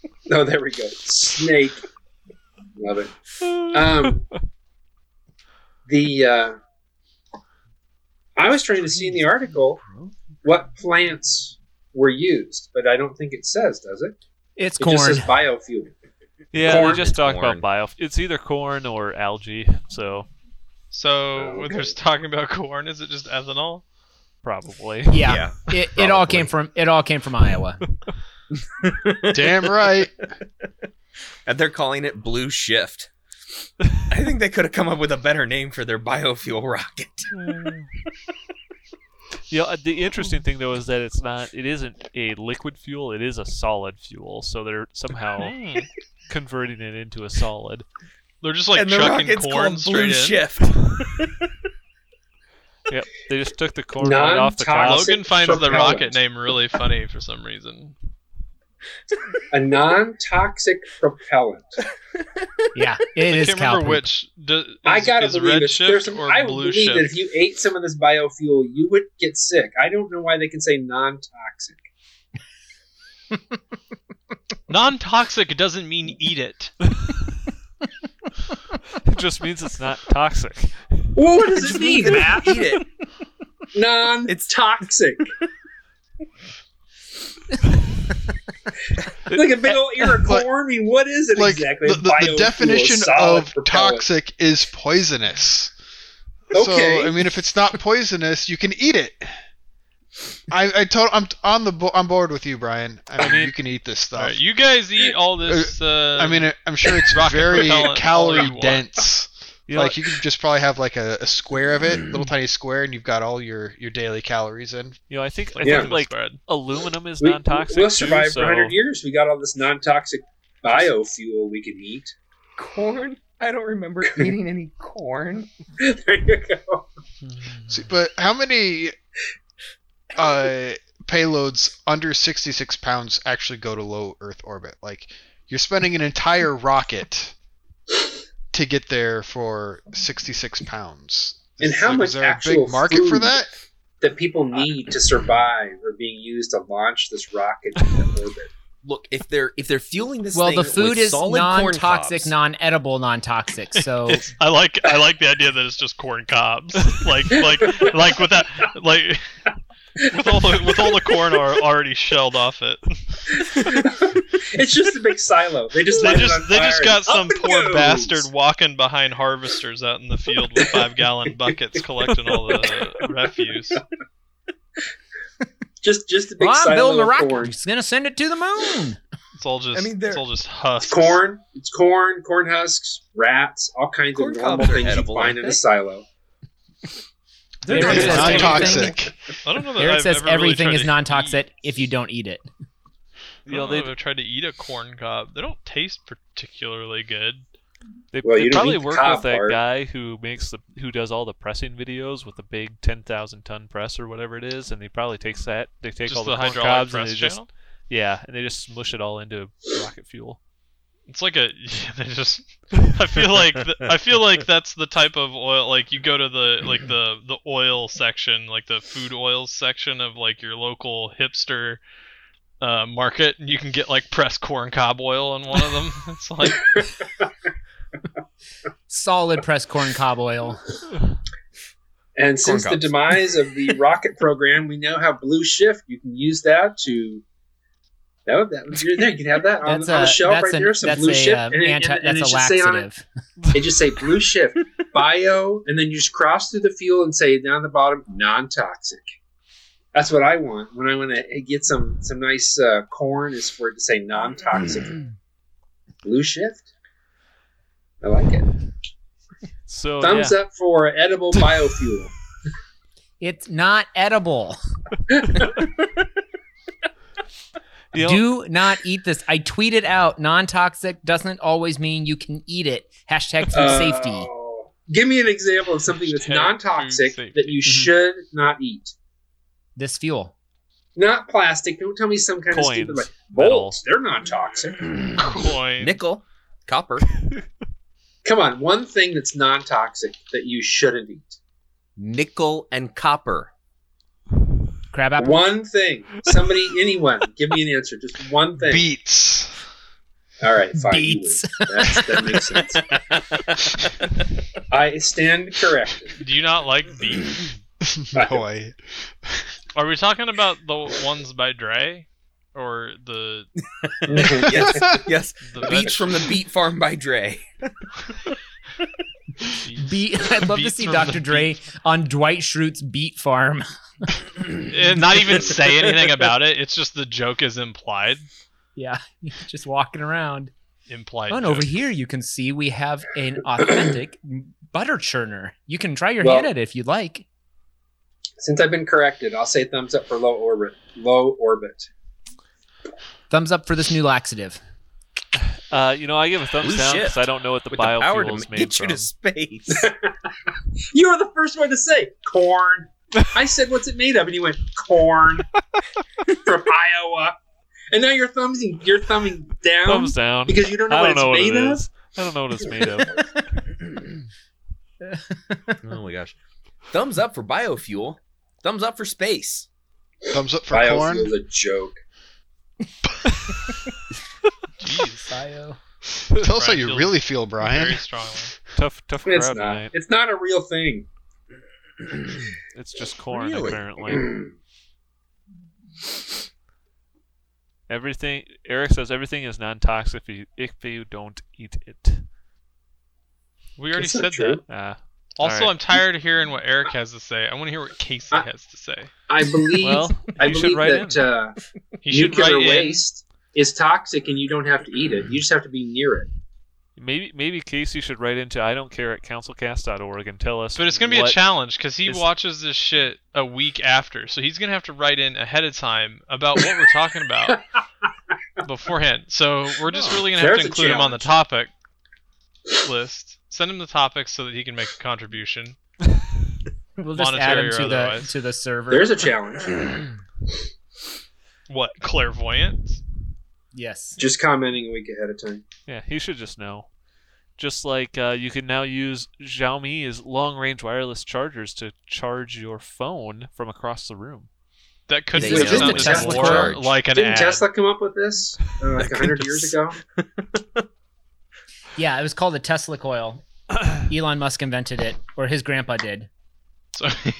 Speaker 5: Oh, there we go. Snake. Love it. Um, the uh, I was trying to see in the article what plants were used, but I don't think it says, does it?
Speaker 4: It's
Speaker 5: It
Speaker 4: corn.
Speaker 5: just says biofuel.
Speaker 1: yeah,
Speaker 2: corn.
Speaker 1: they just talk about
Speaker 2: Corn.
Speaker 1: biofuel. It's either corn or algae, so
Speaker 3: So when
Speaker 5: Oh, Okay.
Speaker 3: they're talking about corn, is it just ethanol?
Speaker 1: probably.
Speaker 4: yeah, it, it all
Speaker 2: probably.
Speaker 4: came from it all came from Iowa.
Speaker 6: Damn right.
Speaker 2: and they're calling it Blue Shift. I think they could have come up with a better name for their biofuel rocket.
Speaker 1: Yeah, uh, the interesting thing though is that it's not. It isn't a liquid fuel. It is a solid fuel. So they're somehow
Speaker 3: Hmm.
Speaker 1: converting it into a solid.
Speaker 3: They're just like
Speaker 2: and the
Speaker 3: chucking
Speaker 2: rocket's
Speaker 3: corn
Speaker 2: called Blue
Speaker 3: straight in.
Speaker 2: Shift.
Speaker 1: Yep, they just took the corn right off the cow.
Speaker 5: Non-toxic-
Speaker 3: Logan finds the
Speaker 5: propellant.
Speaker 3: rocket name really funny for some reason.
Speaker 5: A non-toxic propellant.
Speaker 4: Yeah, it
Speaker 3: I
Speaker 4: is
Speaker 3: can't
Speaker 4: cow
Speaker 3: remember
Speaker 4: poop.
Speaker 3: which. Do, is,
Speaker 5: I gotta
Speaker 3: is
Speaker 5: believe
Speaker 3: red
Speaker 5: it.
Speaker 3: shift
Speaker 5: There's some,
Speaker 3: or
Speaker 5: I
Speaker 3: blue
Speaker 5: believe that if
Speaker 3: shift.
Speaker 5: you ate some of this biofuel, you would get sick. I don't know why they can say non-toxic.
Speaker 3: Non-toxic doesn't mean eat it.
Speaker 1: It just means it's not toxic.
Speaker 5: Well, what does
Speaker 2: Just
Speaker 5: it mean, Matt?
Speaker 2: Eat it.
Speaker 5: Non-toxic. like a big old ear of
Speaker 6: Like-
Speaker 5: corn. I mean, what is it
Speaker 6: like
Speaker 5: exactly?
Speaker 6: the, the,
Speaker 5: Biofuel,
Speaker 6: the definition
Speaker 5: solid
Speaker 6: of
Speaker 5: propellant.
Speaker 6: toxic is poisonous.
Speaker 5: Okay.
Speaker 6: So I mean, if it's not poisonous, you can eat it. I I told I'm on the bo- I'm board with you, Brian. I mean,
Speaker 1: mean-
Speaker 6: you can eat this stuff.
Speaker 3: All right, you guys eat all this. Uh,
Speaker 6: I mean, I- I'm sure it's
Speaker 3: Rocket
Speaker 6: very
Speaker 3: propellant all you
Speaker 6: calorie
Speaker 3: want.
Speaker 6: dense.
Speaker 1: You know,
Speaker 6: like you could just probably have like a, a square of it,
Speaker 3: Mm.
Speaker 6: little tiny square, and you've got all your your daily calories in.
Speaker 1: you know, I think I
Speaker 5: Yeah.
Speaker 1: think like aluminum is
Speaker 5: We-
Speaker 1: non-toxic.
Speaker 5: We'll survive
Speaker 1: too, so
Speaker 5: for 100 years. We got all this non-toxic biofuel we can eat.
Speaker 2: Corn? I don't remember eating any corn.
Speaker 5: there you go.
Speaker 6: See, but how many uh, payloads under 66 pounds actually go to low Earth orbit? Like, you're spending an entire rocket to get there for 66 pounds.
Speaker 5: And how
Speaker 6: Like,
Speaker 5: much
Speaker 6: is there a
Speaker 5: actual
Speaker 6: big market for
Speaker 5: food?
Speaker 6: that?
Speaker 5: That people need to survive are being used to launch this rocket into orbit.
Speaker 2: Look, if they're if they're fueling this
Speaker 4: Well,
Speaker 2: thing
Speaker 4: the
Speaker 2: with
Speaker 4: food is
Speaker 2: solid corn
Speaker 4: non-toxic,
Speaker 2: cobs-
Speaker 4: non-edible, non-toxic. So
Speaker 3: I like I like the idea that it's just corn cobs, like like like with that like with all the with all the corn are already shelled off it.
Speaker 5: it's just a big silo. They just
Speaker 3: They
Speaker 5: light it
Speaker 3: just
Speaker 5: on
Speaker 3: they
Speaker 5: fire
Speaker 3: just
Speaker 5: and
Speaker 3: got
Speaker 5: up
Speaker 3: some
Speaker 5: it
Speaker 3: poor
Speaker 5: goes.
Speaker 3: bastard walking behind harvesters out in the field with five gallon buckets collecting all the refuse.
Speaker 5: Just just a big
Speaker 4: well, I'm
Speaker 5: silo
Speaker 4: building a
Speaker 5: of
Speaker 4: rocket.
Speaker 5: corn.
Speaker 4: It's gonna send it to the moon.
Speaker 3: It's all just
Speaker 2: I mean, they're-
Speaker 3: it's all just husks.
Speaker 5: It's corn. It's corn. Corn husks. Rats. All kinds
Speaker 2: Corn
Speaker 5: of normal
Speaker 2: cobs are
Speaker 5: things
Speaker 2: edible,
Speaker 5: you find
Speaker 2: aren't
Speaker 5: in
Speaker 2: they?
Speaker 5: a silo.
Speaker 4: They're
Speaker 6: It's
Speaker 4: Everything.
Speaker 6: not toxic.
Speaker 3: I don't know that
Speaker 4: Eric
Speaker 3: I've
Speaker 4: says
Speaker 3: ever really
Speaker 4: everything
Speaker 3: tried
Speaker 4: is
Speaker 3: to
Speaker 4: non-toxic
Speaker 3: eat-
Speaker 4: if you don't eat it.
Speaker 3: I don't
Speaker 1: You know,
Speaker 3: know
Speaker 1: they-
Speaker 3: if I've tried to eat a corn cob. They don't taste particularly good.
Speaker 1: They,
Speaker 5: Well,
Speaker 1: they
Speaker 5: you don't
Speaker 1: probably
Speaker 5: eat the
Speaker 1: work
Speaker 5: cob
Speaker 1: with that
Speaker 5: part.
Speaker 1: guy who makes the who does all the pressing videos with the big ten thousand ton press or whatever it is, and he probably takes that. They take
Speaker 3: just
Speaker 1: all
Speaker 3: the,
Speaker 1: the, corn
Speaker 3: hydraulic
Speaker 1: cobs and
Speaker 3: press
Speaker 1: they just
Speaker 3: channel.
Speaker 1: yeah, and they just smush it all into rocket fuel.
Speaker 3: It's like a they just. I feel like th- I feel like that's the type of oil. Like you go to the like the the oil section, like the food oils section of like your local hipster uh, market, and you can get like pressed corn cob oil in one of them. It's like
Speaker 4: Solid pressed corn cob oil.
Speaker 5: And since the
Speaker 2: cobs.
Speaker 5: demise of the rocket program, we now have Blue Shift. You can use that to. That would, that would be there. You can have that on,
Speaker 4: That's
Speaker 5: on the
Speaker 4: a
Speaker 5: shelf
Speaker 4: that's
Speaker 5: right
Speaker 4: an-
Speaker 5: there. Some
Speaker 4: that's
Speaker 5: Blue
Speaker 4: a
Speaker 5: Shift.
Speaker 4: uh,
Speaker 5: and it,
Speaker 4: anti-
Speaker 5: and, and it
Speaker 4: that's a
Speaker 5: should say on it,
Speaker 4: laxative.
Speaker 5: it just say Blue Shift, bio, and then you just cross through the fuel and say down the bottom, non toxic. That's what I want when I want to get some some nice uh, corn. Is for it to say non toxic.
Speaker 1: Mm.
Speaker 5: Blue Shift. I like it.
Speaker 1: So
Speaker 5: Thumbs
Speaker 1: Oh, yeah,
Speaker 5: up for edible biofuel.
Speaker 4: It's not edible.
Speaker 1: you know,
Speaker 4: Do not eat this. I tweeted out non-toxic doesn't always mean you can eat it. Hashtag food
Speaker 5: Uh,
Speaker 4: safety.
Speaker 5: Give me an example of something that's
Speaker 3: Hashtag
Speaker 5: non toxic
Speaker 3: food safety.
Speaker 5: that you
Speaker 1: Mm-hmm.
Speaker 5: should not eat.
Speaker 4: This fuel.
Speaker 5: Not plastic. Don't tell me some kind of stupid
Speaker 1: coins,
Speaker 5: like
Speaker 1: metal.
Speaker 5: bolts. They're non toxic.
Speaker 3: coin.
Speaker 2: Nickel, copper.
Speaker 5: Come on, one thing that's non toxic that you shouldn't eat.
Speaker 2: nickel and copper.
Speaker 4: Crab apple.
Speaker 5: One thing. Somebody, anyone, give me an answer. Just one thing.
Speaker 6: Beets.
Speaker 5: All right, fine. you
Speaker 4: Beets.
Speaker 5: win. That's, that makes sense. I stand corrected.
Speaker 3: Do you not like beef?
Speaker 6: no way.
Speaker 3: Are we talking about the ones by Dre, or the
Speaker 2: yes, yes.
Speaker 3: the
Speaker 2: Beets
Speaker 3: veg-
Speaker 2: from the Beet Farm by Dre.
Speaker 4: Beat. I'd love to
Speaker 3: Beets
Speaker 4: see
Speaker 3: from
Speaker 4: Dr.
Speaker 3: the
Speaker 4: Dre on Dwight Schrute's beet farm.
Speaker 3: and Eh, not even say anything about it. It's just the joke is implied.
Speaker 4: Yeah, just walking around.
Speaker 3: Implied.
Speaker 4: Oh, and
Speaker 3: joke.
Speaker 4: over here you can see we have an authentic butter churner. You can try your
Speaker 5: Well-
Speaker 4: hand at it if you'd like.
Speaker 5: Since I've been corrected, I'll say thumbs up for low orbit. Low orbit.
Speaker 4: Thumbs up for this new laxative.
Speaker 1: Uh, you know, I give a thumbs
Speaker 2: Blue
Speaker 1: down
Speaker 2: shift.
Speaker 1: because I don't know what the
Speaker 2: with the power to
Speaker 1: biofuel is
Speaker 2: ma-
Speaker 1: made
Speaker 2: get you
Speaker 1: from.
Speaker 2: to space.
Speaker 5: You were the first one to say corn. I said, "What's it made of?" And you went corn from Iowa. And now you're thumbing, you're thumbing down
Speaker 1: Thumbs down.
Speaker 5: because you don't know
Speaker 1: I don't
Speaker 5: what it's
Speaker 1: know what
Speaker 5: made
Speaker 1: it
Speaker 5: of.
Speaker 1: is. I don't know what it's made of.
Speaker 2: oh my gosh. Thumbs up for biofuel. Thumbs up for space.
Speaker 6: Thumbs up for corn.
Speaker 5: Biofuel's a joke.
Speaker 3: Jeez.
Speaker 4: Bio.
Speaker 6: Tell us how
Speaker 3: Brian
Speaker 6: you
Speaker 3: feels
Speaker 6: really feel, Brian.
Speaker 3: Very strongly.
Speaker 1: Tough, tough crowd
Speaker 5: It's not.
Speaker 1: tonight.
Speaker 5: It's not a real thing.
Speaker 1: It's just corn,
Speaker 2: Really?
Speaker 1: apparently. Everything. Eric says everything is non-toxic if you if you don't eat it.
Speaker 3: We already
Speaker 5: It's
Speaker 3: said
Speaker 5: not
Speaker 3: that.
Speaker 5: true.
Speaker 1: Uh,
Speaker 3: Also,
Speaker 1: Alright.
Speaker 3: I'm tired of hearing what Eric has to say. I want to hear what Casey
Speaker 5: I-
Speaker 3: has to say.
Speaker 5: I believe.
Speaker 1: well,
Speaker 5: I
Speaker 1: you should
Speaker 5: believe
Speaker 1: write
Speaker 5: that
Speaker 1: in.
Speaker 5: uh,
Speaker 3: He should write
Speaker 5: nuclear
Speaker 3: in.
Speaker 5: waste is toxic, and you don't have to eat it. You just have to be near it.
Speaker 1: Maybe maybe Casey should write into I don't care at councilcast.org and tell us.
Speaker 3: But it's gonna be
Speaker 1: what-
Speaker 3: a challenge because he
Speaker 1: is-
Speaker 3: watches this shit a week after, so he's gonna have to write in ahead of time about what we're talking about beforehand. So we're just really gonna have
Speaker 5: There's
Speaker 3: to
Speaker 5: a
Speaker 3: include him on the topic list. Send him the topic so that he can make a contribution.
Speaker 4: We'll just add
Speaker 3: Monetary
Speaker 4: him
Speaker 3: or
Speaker 4: to the
Speaker 3: otherwise.
Speaker 4: to the server.
Speaker 5: There's a challenge.
Speaker 3: What clairvoyant?
Speaker 4: yes.
Speaker 5: Just commenting a week ahead of time.
Speaker 1: Yeah, he should just know. Just like uh, you can now use Xiaomi's long-range wireless chargers to charge your phone from across the room.
Speaker 3: That could
Speaker 2: They
Speaker 3: be
Speaker 5: know
Speaker 3: sounded
Speaker 5: the Tesla
Speaker 3: more
Speaker 2: charge.
Speaker 3: like an
Speaker 5: Didn't
Speaker 3: ad.
Speaker 5: Tesla come up with this uh, like
Speaker 2: That
Speaker 5: 100
Speaker 2: could
Speaker 5: years
Speaker 2: just-
Speaker 5: ago?
Speaker 4: Yeah, it was called the Tesla coil. Elon Musk invented it, or his grandpa did.
Speaker 3: So,
Speaker 2: That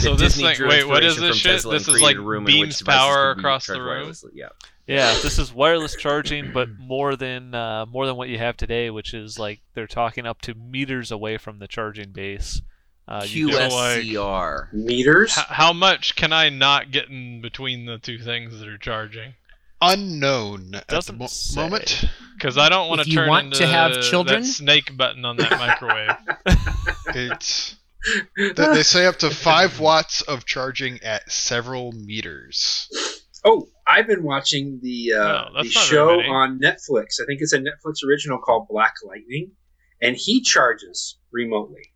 Speaker 3: so this
Speaker 2: Disney
Speaker 3: thing.
Speaker 2: drew
Speaker 3: Wait, what is
Speaker 2: inspiration
Speaker 3: this
Speaker 2: from Tesla
Speaker 3: shit? This
Speaker 2: and
Speaker 3: is like
Speaker 2: created a room in which
Speaker 3: beams
Speaker 2: devices
Speaker 3: power
Speaker 2: could be
Speaker 3: across the
Speaker 2: charged
Speaker 3: room.
Speaker 2: wirelessly. Yeah.
Speaker 1: Yeah, this is wireless charging, but more than uh, more than what you have today, which is like they're talking up to meters away from the charging base. Uh, you
Speaker 3: Q-
Speaker 1: can-
Speaker 2: QSCR.
Speaker 5: Meters?
Speaker 3: H- how much can I not get in between the two things that are charging?
Speaker 6: Unknown at the
Speaker 1: Doesn't
Speaker 6: mo-
Speaker 1: say.
Speaker 6: moment.
Speaker 3: Because I don't want
Speaker 4: If
Speaker 3: to
Speaker 4: you
Speaker 3: turn
Speaker 4: want
Speaker 3: into
Speaker 4: to have
Speaker 3: that
Speaker 4: children?
Speaker 3: snake button on that microwave.
Speaker 6: It's th- they say up to five watts of charging at several meters.
Speaker 5: Oh, I've been watching the uh,
Speaker 3: No, that's
Speaker 5: the
Speaker 3: not
Speaker 5: show
Speaker 3: very many.
Speaker 5: on Netflix. I think it's a Netflix original called Black Lightning, and he charges remotely.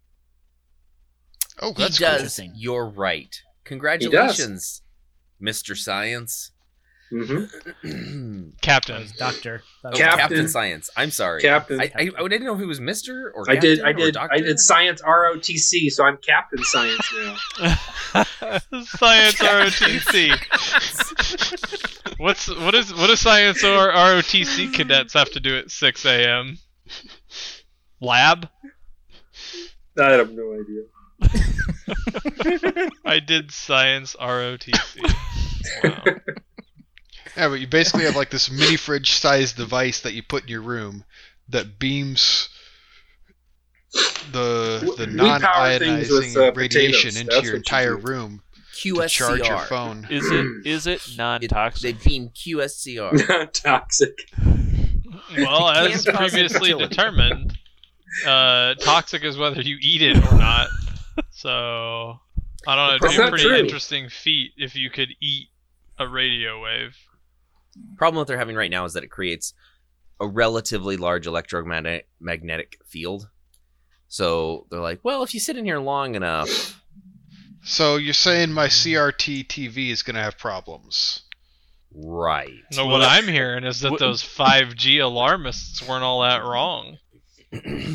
Speaker 6: Oh,
Speaker 2: He
Speaker 6: that's
Speaker 2: does.
Speaker 6: cool.
Speaker 4: cool.
Speaker 2: You're right. Congratulations, Mr. Science.
Speaker 5: hmm
Speaker 2: Captain.
Speaker 4: That
Speaker 3: Captain.
Speaker 4: was Doctor. That was-
Speaker 5: Captain.
Speaker 2: Science. I'm sorry.
Speaker 5: Captain,
Speaker 2: I, I, I didn't know if it was Mr. or
Speaker 5: I did, I
Speaker 2: Captain or
Speaker 5: did, I
Speaker 2: Doctor.
Speaker 5: did science ROTC, so I'm Captain Science now.
Speaker 3: science ROTC. What's what is what does science or ROTC cadets have to do at 6 a.m.? Lab.
Speaker 5: I have no idea.
Speaker 3: I did science ROTC. Wow.
Speaker 6: Yeah, but you basically have like this mini fridge sized device that you put in your room that beams the the
Speaker 5: We power
Speaker 6: non
Speaker 5: things with, uh,
Speaker 6: ionizing radiation
Speaker 5: potatoes.
Speaker 6: into
Speaker 5: That's
Speaker 6: your
Speaker 5: what you
Speaker 6: entire
Speaker 5: do.
Speaker 6: room to
Speaker 2: QSCR.
Speaker 6: charge your phone.
Speaker 1: is it is it
Speaker 2: They
Speaker 1: non-toxic?
Speaker 2: beam QSCR.
Speaker 5: Not toxic.
Speaker 3: Well,
Speaker 2: It
Speaker 3: as
Speaker 2: can cause
Speaker 3: previously
Speaker 2: infertility.
Speaker 3: determined, uh, toxic is whether you eat it or not. So I don't know. It'd
Speaker 2: That's
Speaker 3: be a
Speaker 5: not
Speaker 3: pretty
Speaker 5: true.
Speaker 3: interesting feat if you could eat a radio wave.
Speaker 2: Problem that they're having right now is that it creates a relatively large electromagnetic magnetic field. So they're like, well, if you sit in here long enough,
Speaker 6: So you're saying my CRT TV is gonna have problems?
Speaker 2: right?
Speaker 3: No, what I'm hearing is that
Speaker 1: what-
Speaker 3: those 5G alarmists weren't all that wrong.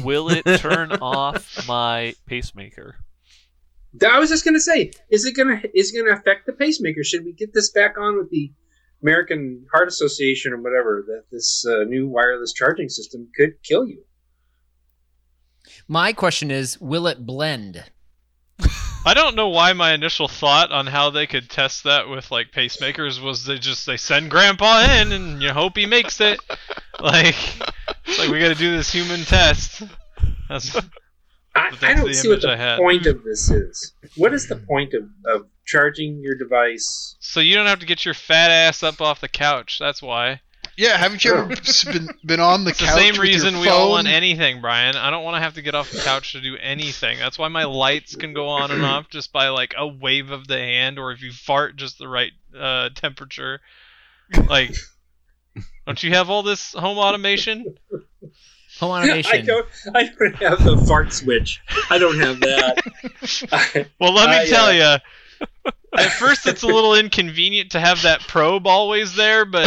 Speaker 1: Will it turn off my pacemaker?
Speaker 5: I was just gonna say, is it gonna is it gonna affect the pacemaker? Should we get this back on with the American Heart Association or whatever that this uh, new wireless charging system could kill you?
Speaker 4: My question is, will it blend?
Speaker 3: I don't know why my initial thought on how they could test that with like pacemakers was they just they send grandpa in and you hope he makes it. Like it's like we got to do this human test. That's
Speaker 5: I,
Speaker 3: But
Speaker 5: I
Speaker 3: that's
Speaker 5: don't
Speaker 3: the
Speaker 5: see what
Speaker 3: image I
Speaker 5: the
Speaker 3: had.
Speaker 5: point of this is. What is the point of, of charging your device?
Speaker 3: So you don't have to get your fat ass up off the couch. That's why.
Speaker 6: Yeah, haven't you ever s- been been on the
Speaker 3: It's the
Speaker 6: couch
Speaker 3: same
Speaker 6: with
Speaker 3: reason
Speaker 6: your
Speaker 3: we all want
Speaker 6: phone?
Speaker 3: anything, Brian. I don't want to have to get off the couch to do anything. That's why my lights can go on and off just by like a wave of the hand, or if you fart, just the right uh, temperature. Like Don't you have all this home automation?
Speaker 4: Home
Speaker 5: I
Speaker 4: automation.
Speaker 5: don't. I don't have the fart switch. I don't have that. I,
Speaker 3: Well, let me
Speaker 5: I, uh,
Speaker 3: tell you. At first, it's a little inconvenient to have that probe always there, but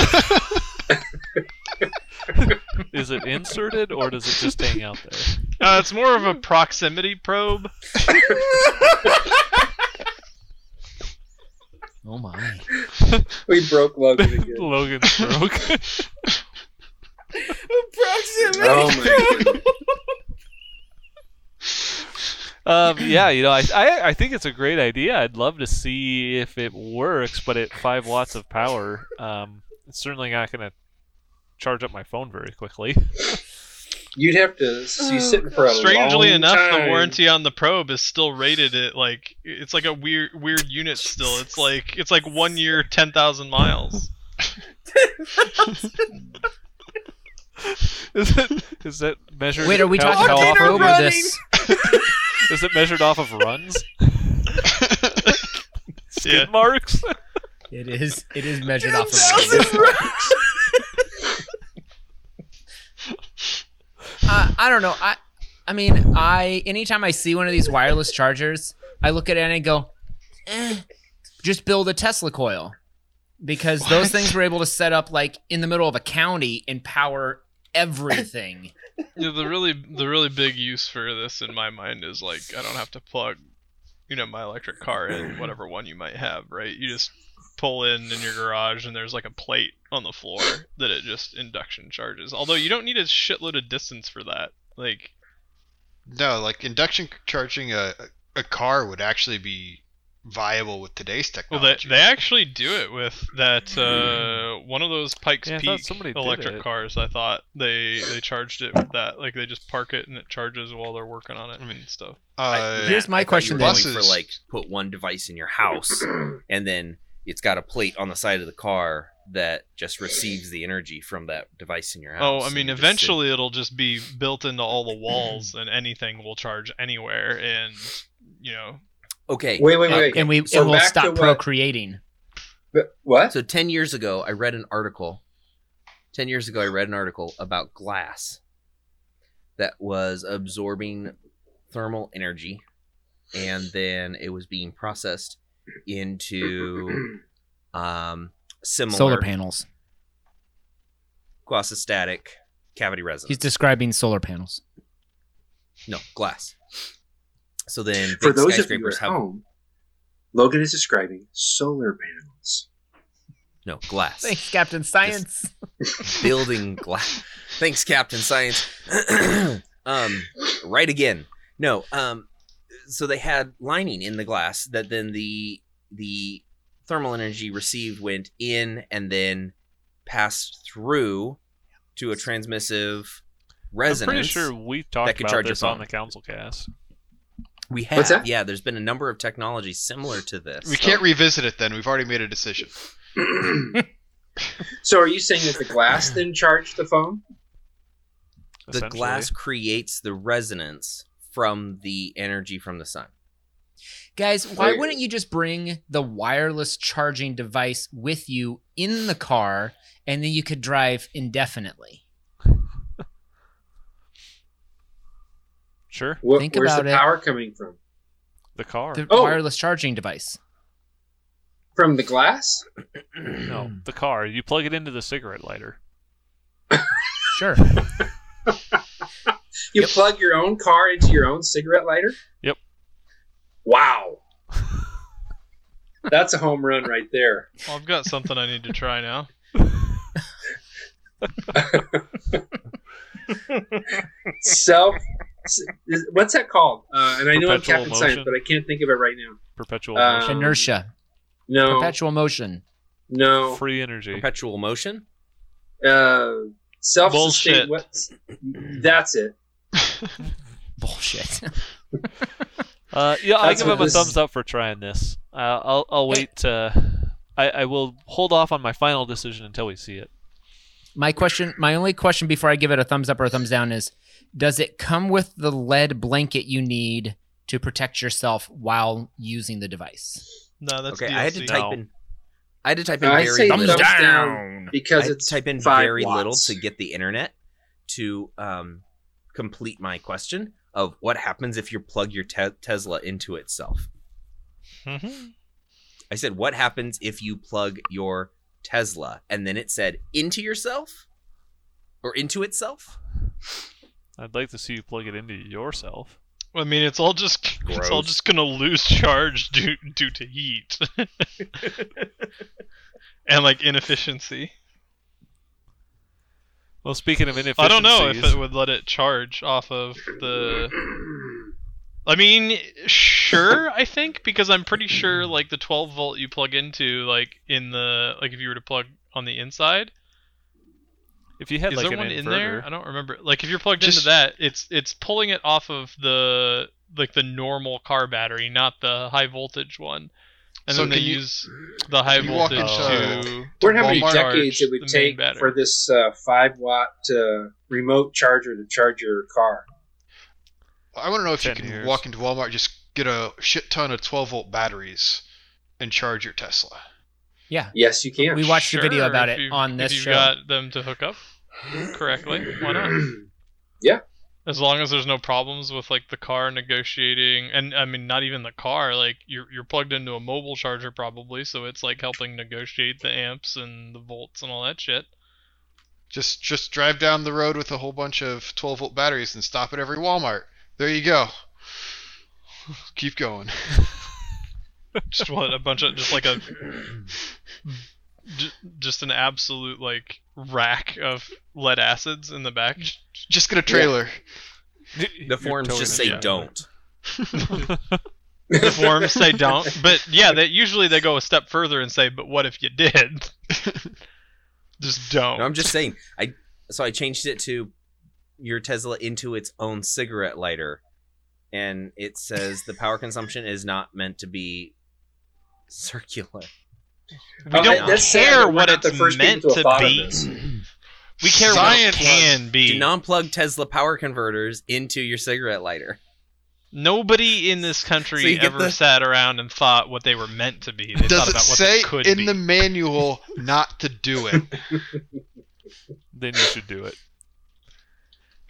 Speaker 1: Is it inserted or does it just hang out there?
Speaker 3: uh, it's more of a proximity probe.
Speaker 4: Oh my.
Speaker 5: we broke Logan again.
Speaker 1: Logan's broke.
Speaker 4: Approximately.
Speaker 5: Oh my goodness.
Speaker 1: um, yeah, you know, I, I I think it's a great idea. I'd love to see if it works, but at five watts of power, um, it's certainly not going to charge up my phone very quickly.
Speaker 5: You'd have to you sitting for a
Speaker 3: Strangely
Speaker 5: long
Speaker 3: enough,
Speaker 5: time.
Speaker 3: the warranty on the probe is still rated at like it's like a weird weird unit still. It's like it's like one year, ten thousand miles.
Speaker 1: Is it is that measured?
Speaker 4: Wait, are we
Speaker 1: how-
Speaker 4: talking
Speaker 1: how
Speaker 4: about
Speaker 1: often-
Speaker 4: probe or this?
Speaker 1: Is it measured off of runs? Skid
Speaker 3: Yeah.
Speaker 1: marks.
Speaker 4: It is. It is measured off of. uh, I don't know. I I mean, I anytime I see one of these wireless chargers, I look at it and I go, eh, just build a Tesla coil. Because those
Speaker 6: What?
Speaker 4: things were able to set up like in the middle of a county and power everything.
Speaker 3: Yeah, the really the really big use for this in my mind is like I don't have to plug, you know, my electric car in whatever one you might have, right? You just pull in in your garage and there's like a plate on the floor that it just induction charges. Although you don't need a shitload of distance for that. Like
Speaker 6: No, like induction charging a a car would actually be viable with today's
Speaker 3: well they,
Speaker 6: technology.
Speaker 3: they actually do it with that uh one of those Pikes
Speaker 1: Yeah, I thought
Speaker 3: Peak
Speaker 1: somebody did
Speaker 3: electric
Speaker 1: it.
Speaker 3: cars. I thought they they charged it with that. Like they just park it and it charges while they're working on it and stuff.
Speaker 6: uh,
Speaker 4: Here's my
Speaker 2: I thought
Speaker 4: question
Speaker 2: You were
Speaker 6: then.
Speaker 2: going for
Speaker 6: Buses.
Speaker 2: like put one device in your house, and then it's got a plate on the side of the car that just receives the energy from that device in your
Speaker 3: Oh,
Speaker 2: house.
Speaker 3: I
Speaker 2: and
Speaker 3: mean,
Speaker 2: you just
Speaker 3: eventually it'll just be built into all the walls, and anything will charge anywhere, and you know,
Speaker 2: sit- Okay.
Speaker 5: Wait, wait, wait.
Speaker 4: and we
Speaker 5: So
Speaker 4: and we'll
Speaker 5: back to
Speaker 4: stop
Speaker 5: what-
Speaker 4: procreating.
Speaker 5: But- what?
Speaker 2: So ten years ago, I read an article. Ten years ago, I read an article about glass that was absorbing thermal energy, and then it was being processed into um, similar
Speaker 4: Solar panels.
Speaker 2: quasi-static cavity resin.
Speaker 4: He's describing solar panels.
Speaker 2: No, glass. So then,
Speaker 5: For
Speaker 2: big
Speaker 5: those of you
Speaker 2: skyscrapers
Speaker 5: at
Speaker 2: have
Speaker 5: home, Logan is describing solar panels.
Speaker 2: no glass.
Speaker 4: Thanks, Captain Science.
Speaker 2: Building glass. Thanks, Captain Science. um, right again. No. Um, so they had lining in the glass that then the the thermal energy received went in and then passed through to a transmissive
Speaker 1: I'm
Speaker 2: resonance.
Speaker 1: pretty sure we talked
Speaker 2: that could
Speaker 1: about
Speaker 2: charge your
Speaker 1: this on
Speaker 2: phone.
Speaker 1: the council cast.
Speaker 2: we have.
Speaker 5: What's that?
Speaker 2: Yeah, there's been a number of technologies similar to this.
Speaker 6: we can't revisit it then. We've already made a decision.
Speaker 5: so are you saying that the glass then charged the phone?
Speaker 2: the
Speaker 1: essentially.
Speaker 2: glass creates the resonance from the energy from the sun.
Speaker 4: Guys, why
Speaker 5: Wait.
Speaker 4: wouldn't you just bring the wireless charging device with you in the car and then you could drive indefinitely?
Speaker 1: Sure,
Speaker 5: Wh-
Speaker 4: Think
Speaker 5: where's
Speaker 4: about
Speaker 5: the
Speaker 4: it.
Speaker 5: power coming from?
Speaker 1: the car.
Speaker 4: The
Speaker 5: Oh.
Speaker 4: wireless charging device.
Speaker 5: From the glass?
Speaker 1: No, the car. You plug it into the cigarette lighter.
Speaker 4: Sure.
Speaker 5: You plug your own car into your own cigarette lighter?
Speaker 1: Yep.
Speaker 5: Wow. That's a home run right there.
Speaker 3: well, I've got something I need to try now.
Speaker 5: Self. s- is- What's that called? Uh, and I know I'm
Speaker 1: Perpetual
Speaker 5: Captain Science,
Speaker 1: motion.
Speaker 5: but I can't think of it right now.
Speaker 1: Perpetual
Speaker 3: Uh,
Speaker 5: Um,
Speaker 1: motion.
Speaker 4: Inertia,
Speaker 5: No.
Speaker 4: perpetual motion.
Speaker 5: No.
Speaker 1: free energy.
Speaker 2: Perpetual motion?
Speaker 5: Uh, self
Speaker 3: Bullshit.
Speaker 5: sustained. What's. That's it.
Speaker 4: Bullshit.
Speaker 1: Uh, yeah, I
Speaker 5: That's
Speaker 1: give
Speaker 5: what
Speaker 1: him a
Speaker 5: this-
Speaker 1: thumbs up for trying this. Uh, I'll I'll wait. Uh, I I will hold off on my final decision until we see it.
Speaker 4: my question, my only question before I give it a thumbs up or a thumbs down is Does it come with the lead blanket you need to protect yourself while using the device?
Speaker 3: No, that's
Speaker 2: okay, I had to
Speaker 3: DLC.
Speaker 2: type
Speaker 1: No.
Speaker 2: in I had to type in
Speaker 5: I'd
Speaker 2: very
Speaker 5: say
Speaker 2: little.
Speaker 5: thumbs down
Speaker 2: I
Speaker 5: because
Speaker 2: had to
Speaker 5: it's
Speaker 2: type in
Speaker 5: five
Speaker 2: very little
Speaker 5: watts.
Speaker 2: to get the internet to um, complete my question of what happens if you plug your te- Tesla into itself. I said, what happens if you plug your Tesla? And then it said, into yourself or into itself?
Speaker 1: I'd like to see you plug it into yourself.
Speaker 3: I mean, it's all just it's all
Speaker 2: Gross.
Speaker 3: just gonna lose charge due due to heat and like inefficiency.
Speaker 1: Well, speaking of inefficiencies,
Speaker 3: I don't know if it would let it charge off of the. I mean, sure, I think because I'm pretty sure like the 12 volt you plug into like in the like if you were to plug on the inside,
Speaker 1: if you had
Speaker 3: is
Speaker 1: like
Speaker 3: there
Speaker 1: an
Speaker 3: one
Speaker 1: inverter,
Speaker 3: in there? I don't remember. Like if you're plugged
Speaker 6: Just-
Speaker 3: into that, it's it's pulling it off of the like the normal car battery, not the high voltage one. And
Speaker 6: So
Speaker 3: then they
Speaker 6: can you-
Speaker 3: use the high
Speaker 6: can you walk
Speaker 3: voltage
Speaker 1: into-
Speaker 3: to
Speaker 5: Wonder how many
Speaker 3: Walmart
Speaker 5: decades it
Speaker 3: charged
Speaker 5: would
Speaker 3: the main
Speaker 5: take
Speaker 3: battery.
Speaker 5: for this uh, five watt uh, remote charger to charge your car.
Speaker 6: I want to know if you
Speaker 1: 10
Speaker 6: can
Speaker 1: years.
Speaker 6: walk into Walmart, just get a shit ton of 12 volt batteries, and charge your Tesla.
Speaker 4: Yeah.
Speaker 5: Yes, you can.
Speaker 4: We watched the video
Speaker 3: Sure,
Speaker 4: about
Speaker 3: if
Speaker 4: it
Speaker 3: you've-
Speaker 4: on this
Speaker 3: if you've
Speaker 4: show.
Speaker 3: got them to hook up correctly. Why not? As long as there's no problems with like the car negotiating, and I mean not even the car, like you're you're plugged into a mobile charger probably, so it's like helping negotiate the amps and the volts and all that shit.
Speaker 6: Just just drive down the road with a whole bunch of 12 volt batteries and stop at every Walmart. There you go. Keep going.
Speaker 3: Just what a bunch of just like a j- just an absolute like rack of lead acids in the back.
Speaker 6: Just get a trailer.
Speaker 2: The forums just say
Speaker 3: yeah.
Speaker 2: don't.
Speaker 3: The forms say don't, but yeah, that usually they go a step further and say, but what if you did? just don't.
Speaker 2: No, I'm just saying. I so I changed it to your Tesla into its own cigarette lighter, and it says the power consumption is not meant to be circular.
Speaker 3: we
Speaker 5: Okay,
Speaker 3: don't
Speaker 5: that's sad Oh, that
Speaker 3: care
Speaker 5: we're
Speaker 3: what
Speaker 5: not the
Speaker 3: it's
Speaker 5: first people
Speaker 3: meant
Speaker 5: to have
Speaker 3: to
Speaker 5: thought of
Speaker 3: be.
Speaker 5: this.
Speaker 3: We care what it
Speaker 6: Science.
Speaker 3: can
Speaker 2: Do
Speaker 3: be.
Speaker 2: not plug Tesla power converters into your cigarette lighter.
Speaker 3: Nobody in this
Speaker 2: So you
Speaker 3: country
Speaker 2: get
Speaker 3: ever
Speaker 2: the-
Speaker 3: sat around and thought what they were meant to be. They
Speaker 6: Does
Speaker 3: thought
Speaker 6: it
Speaker 3: about what they
Speaker 6: say
Speaker 3: could
Speaker 6: in
Speaker 3: be.
Speaker 6: the manual not to do it?
Speaker 1: then you should do it.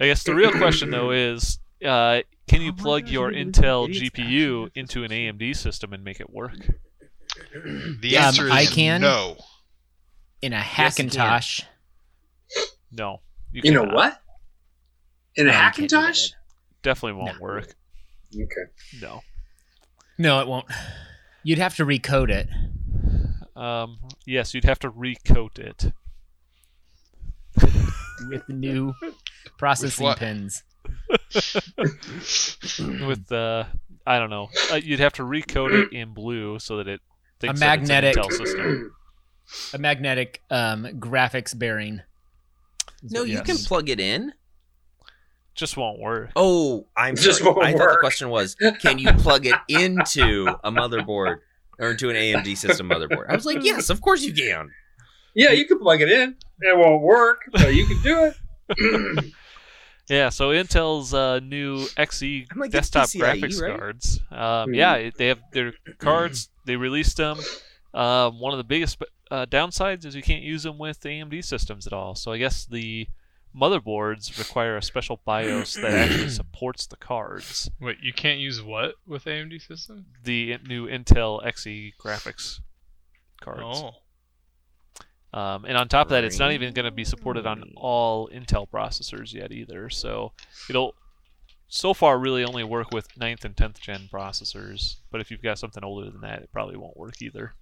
Speaker 1: I guess the real question though is, uh, can you plug your Intel GPU into an AMD system and make it work?
Speaker 6: The
Speaker 4: Um,
Speaker 6: answer is
Speaker 4: I can.
Speaker 6: no.
Speaker 4: in a
Speaker 2: Yes, you can.
Speaker 4: Hackintosh.
Speaker 1: No,
Speaker 5: You know
Speaker 1: cannot.
Speaker 5: what? In a
Speaker 4: No, I can't do
Speaker 5: Hackintosh?
Speaker 1: Definitely won't
Speaker 4: No.
Speaker 1: work.
Speaker 5: Okay.
Speaker 1: No.
Speaker 4: no, it won't. You'd have to recode it.
Speaker 1: Um, yes, you'd have to recoat it.
Speaker 4: with the new processing
Speaker 6: what?
Speaker 4: pins.
Speaker 1: with the I don't know. Uh, you'd have to recode it in blue so that it thinks that it's an
Speaker 4: magnetic-
Speaker 1: Intel system.
Speaker 4: A magnetic um, graphics bearing. Is
Speaker 2: No,
Speaker 4: what
Speaker 2: you
Speaker 4: it
Speaker 2: can
Speaker 4: is.
Speaker 2: plug it in.
Speaker 1: Just won't work.
Speaker 2: Oh, I'm
Speaker 5: Just
Speaker 2: sorry.
Speaker 5: won't
Speaker 2: I thought the
Speaker 5: work.
Speaker 2: question was, can you plug it into a motherboard or into an AMD system motherboard? I was like, yes, of course you can.
Speaker 5: Yeah, you can plug it in. It won't work, but you can do it.
Speaker 1: Yeah, so Intel's uh, new Xe
Speaker 2: I'm like, that's
Speaker 1: desktop
Speaker 2: PCIe,
Speaker 1: graphics
Speaker 2: E, right?
Speaker 1: cards. Um,
Speaker 5: Mhm.
Speaker 1: Yeah, it- they have their cards. They released them. Um, one of the biggest uh, downsides is you can't use them with AMD systems at all. So I guess the motherboards require a special BIOS that actually supports the cards.
Speaker 3: Wait, you can't use what with AMD system?
Speaker 1: The new Intel Xe graphics cards.
Speaker 3: Oh,
Speaker 1: Um, and on top of that, it's not even going to be supported on all Intel processors yet either. So it'll so far really only work with 9th and 10th gen processors. But if you've got something older than that, it probably won't work either.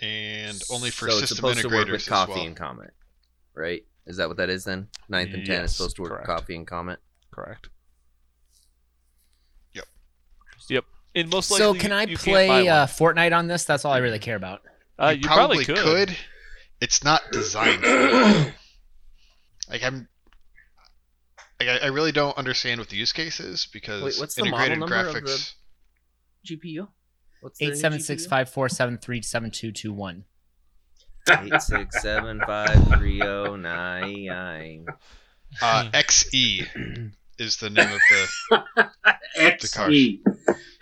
Speaker 6: And only for
Speaker 2: so it's
Speaker 6: system
Speaker 2: supposed
Speaker 6: integrators
Speaker 2: to work with
Speaker 6: as
Speaker 2: coffee
Speaker 6: well.
Speaker 2: and Comet, right? Is that what that is then? Ninth and ten
Speaker 1: Yes,
Speaker 2: is supposed to work with
Speaker 1: correct.
Speaker 2: coffee and Comet.
Speaker 1: Correct.
Speaker 6: Yep.
Speaker 1: Yep. And most likely,
Speaker 4: So can I
Speaker 1: you can't buy
Speaker 4: play
Speaker 1: one.
Speaker 4: uh, Fortnite on this? That's all I really care about.
Speaker 1: Uh, you, probably, could.
Speaker 6: It's not designed. for it. like I'm, like, I, I really don't understand what the use case is because
Speaker 2: Wait, what's the
Speaker 6: integrated
Speaker 2: model number of
Speaker 6: graphics.
Speaker 2: GPU. What's
Speaker 4: Eight seven six five four seven three seven two two one.
Speaker 2: Eight six oh,
Speaker 1: Hmm.
Speaker 2: seven five three zero nine nine.
Speaker 6: Uh, XE is the name of the.
Speaker 5: XE.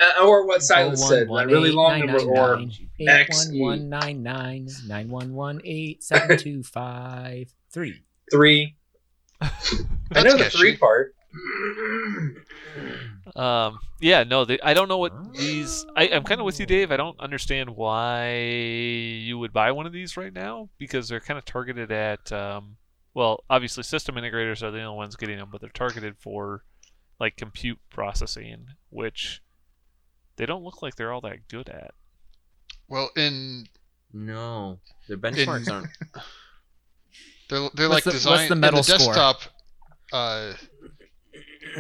Speaker 5: Uh, or what Silas
Speaker 4: Oh
Speaker 5: said, that really long number or E." XE.
Speaker 4: 911999118725
Speaker 5: three. I
Speaker 6: That's
Speaker 5: know the
Speaker 6: catchy.
Speaker 5: three part.
Speaker 1: Um, yeah, no, the, I don't know what these. I, I'm kind of with you, Dave. I don't understand why you would buy one of these right now because they're kind of targeted at. Um, well, obviously, system integrators are the only ones getting them, but they're targeted for like compute processing, which they don't look like they're all that good at.
Speaker 6: Well, in
Speaker 2: No, their benchmarks aren't.
Speaker 6: they're they're
Speaker 4: What's
Speaker 6: like
Speaker 4: the- what's
Speaker 6: designed
Speaker 4: the metal
Speaker 6: in the
Speaker 4: score?
Speaker 6: desktop uh,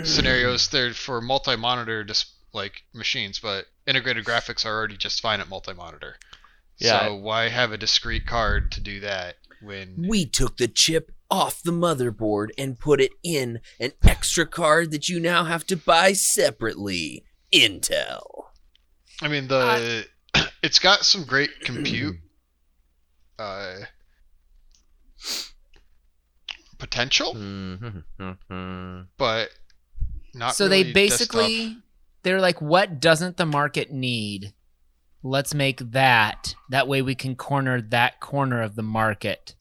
Speaker 6: scenarios. They're for multi-monitor dis- like machines, but integrated graphics are already just fine at multi-monitor.
Speaker 1: Yeah.
Speaker 6: So why have a discrete card to do that when
Speaker 2: We took the chip off the motherboard and put it in an extra card that you now have to buy separately. Intel.
Speaker 6: I mean the
Speaker 4: Uh,
Speaker 6: it's got some great compute uh,
Speaker 2: Hmm.
Speaker 6: potential,
Speaker 2: Mm-hmm.
Speaker 6: but not
Speaker 4: so
Speaker 6: really
Speaker 4: they
Speaker 6: desktop.
Speaker 4: basically they're like what doesn't the market need let's make that that way we can corner that corner of the market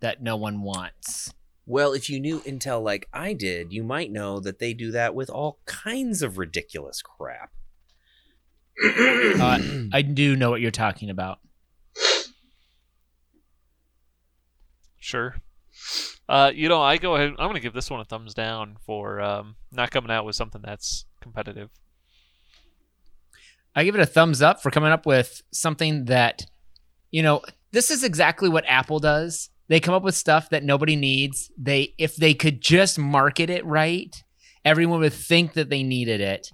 Speaker 4: that no one wants
Speaker 2: Well, if you knew Intel like I did, you might know that they do that with all kinds of ridiculous crap.
Speaker 4: Uh,
Speaker 6: Hmm.
Speaker 4: i do know what you're talking about
Speaker 1: Sure. Uh, you know, I go ahead. I'm going to give this one a thumbs down for um, not coming out with something that's competitive.
Speaker 4: I give it a thumbs up for coming up with something that, you know, this is exactly what Apple does. They come up with stuff that nobody needs. They, if they could just market it right, everyone would think that they needed it,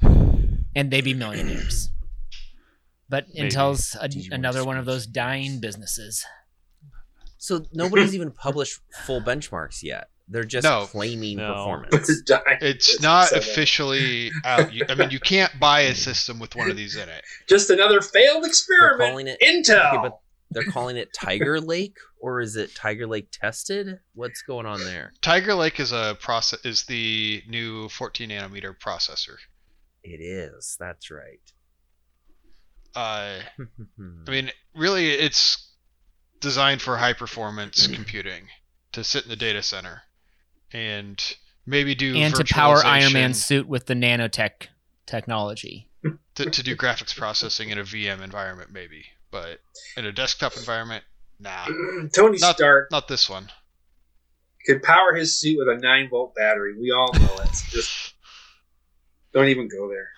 Speaker 4: and they'd be millionaires. But
Speaker 1: Maybe.
Speaker 4: Intel's a,
Speaker 2: Did you want
Speaker 4: another
Speaker 2: to
Speaker 4: one of
Speaker 2: speak?
Speaker 4: those dying businesses.
Speaker 2: So nobody's even published full benchmarks yet. They're just
Speaker 6: No.
Speaker 2: claiming
Speaker 1: No.
Speaker 2: performance.
Speaker 6: It's not
Speaker 5: efficient.
Speaker 6: officially out. You, I mean, you can't buy a system with one of these in it.
Speaker 5: Just another failed
Speaker 2: They're
Speaker 5: experiment.
Speaker 2: calling it
Speaker 5: Intel.
Speaker 2: Okay, but they're calling it Tiger Lake, or is it Tiger Lake tested? What's going on there?
Speaker 6: Tiger Lake is a process is the new 14 nanometer processor.
Speaker 2: It is. That's right.
Speaker 6: Uh, I mean, really, it's designed for high performance
Speaker 5: Mm-hmm.
Speaker 6: computing to sit in the data center and maybe do
Speaker 4: and to power
Speaker 6: virtualization
Speaker 4: Iron Man's suit with the nanotech technology.
Speaker 6: to, to do graphics processing in a VM environment, maybe, but in a desktop environment, nah,
Speaker 5: Tony
Speaker 6: Not-
Speaker 5: Stark
Speaker 6: not this one.
Speaker 5: could power his suit with a nine volt battery. We all know it. So Just don't even go there.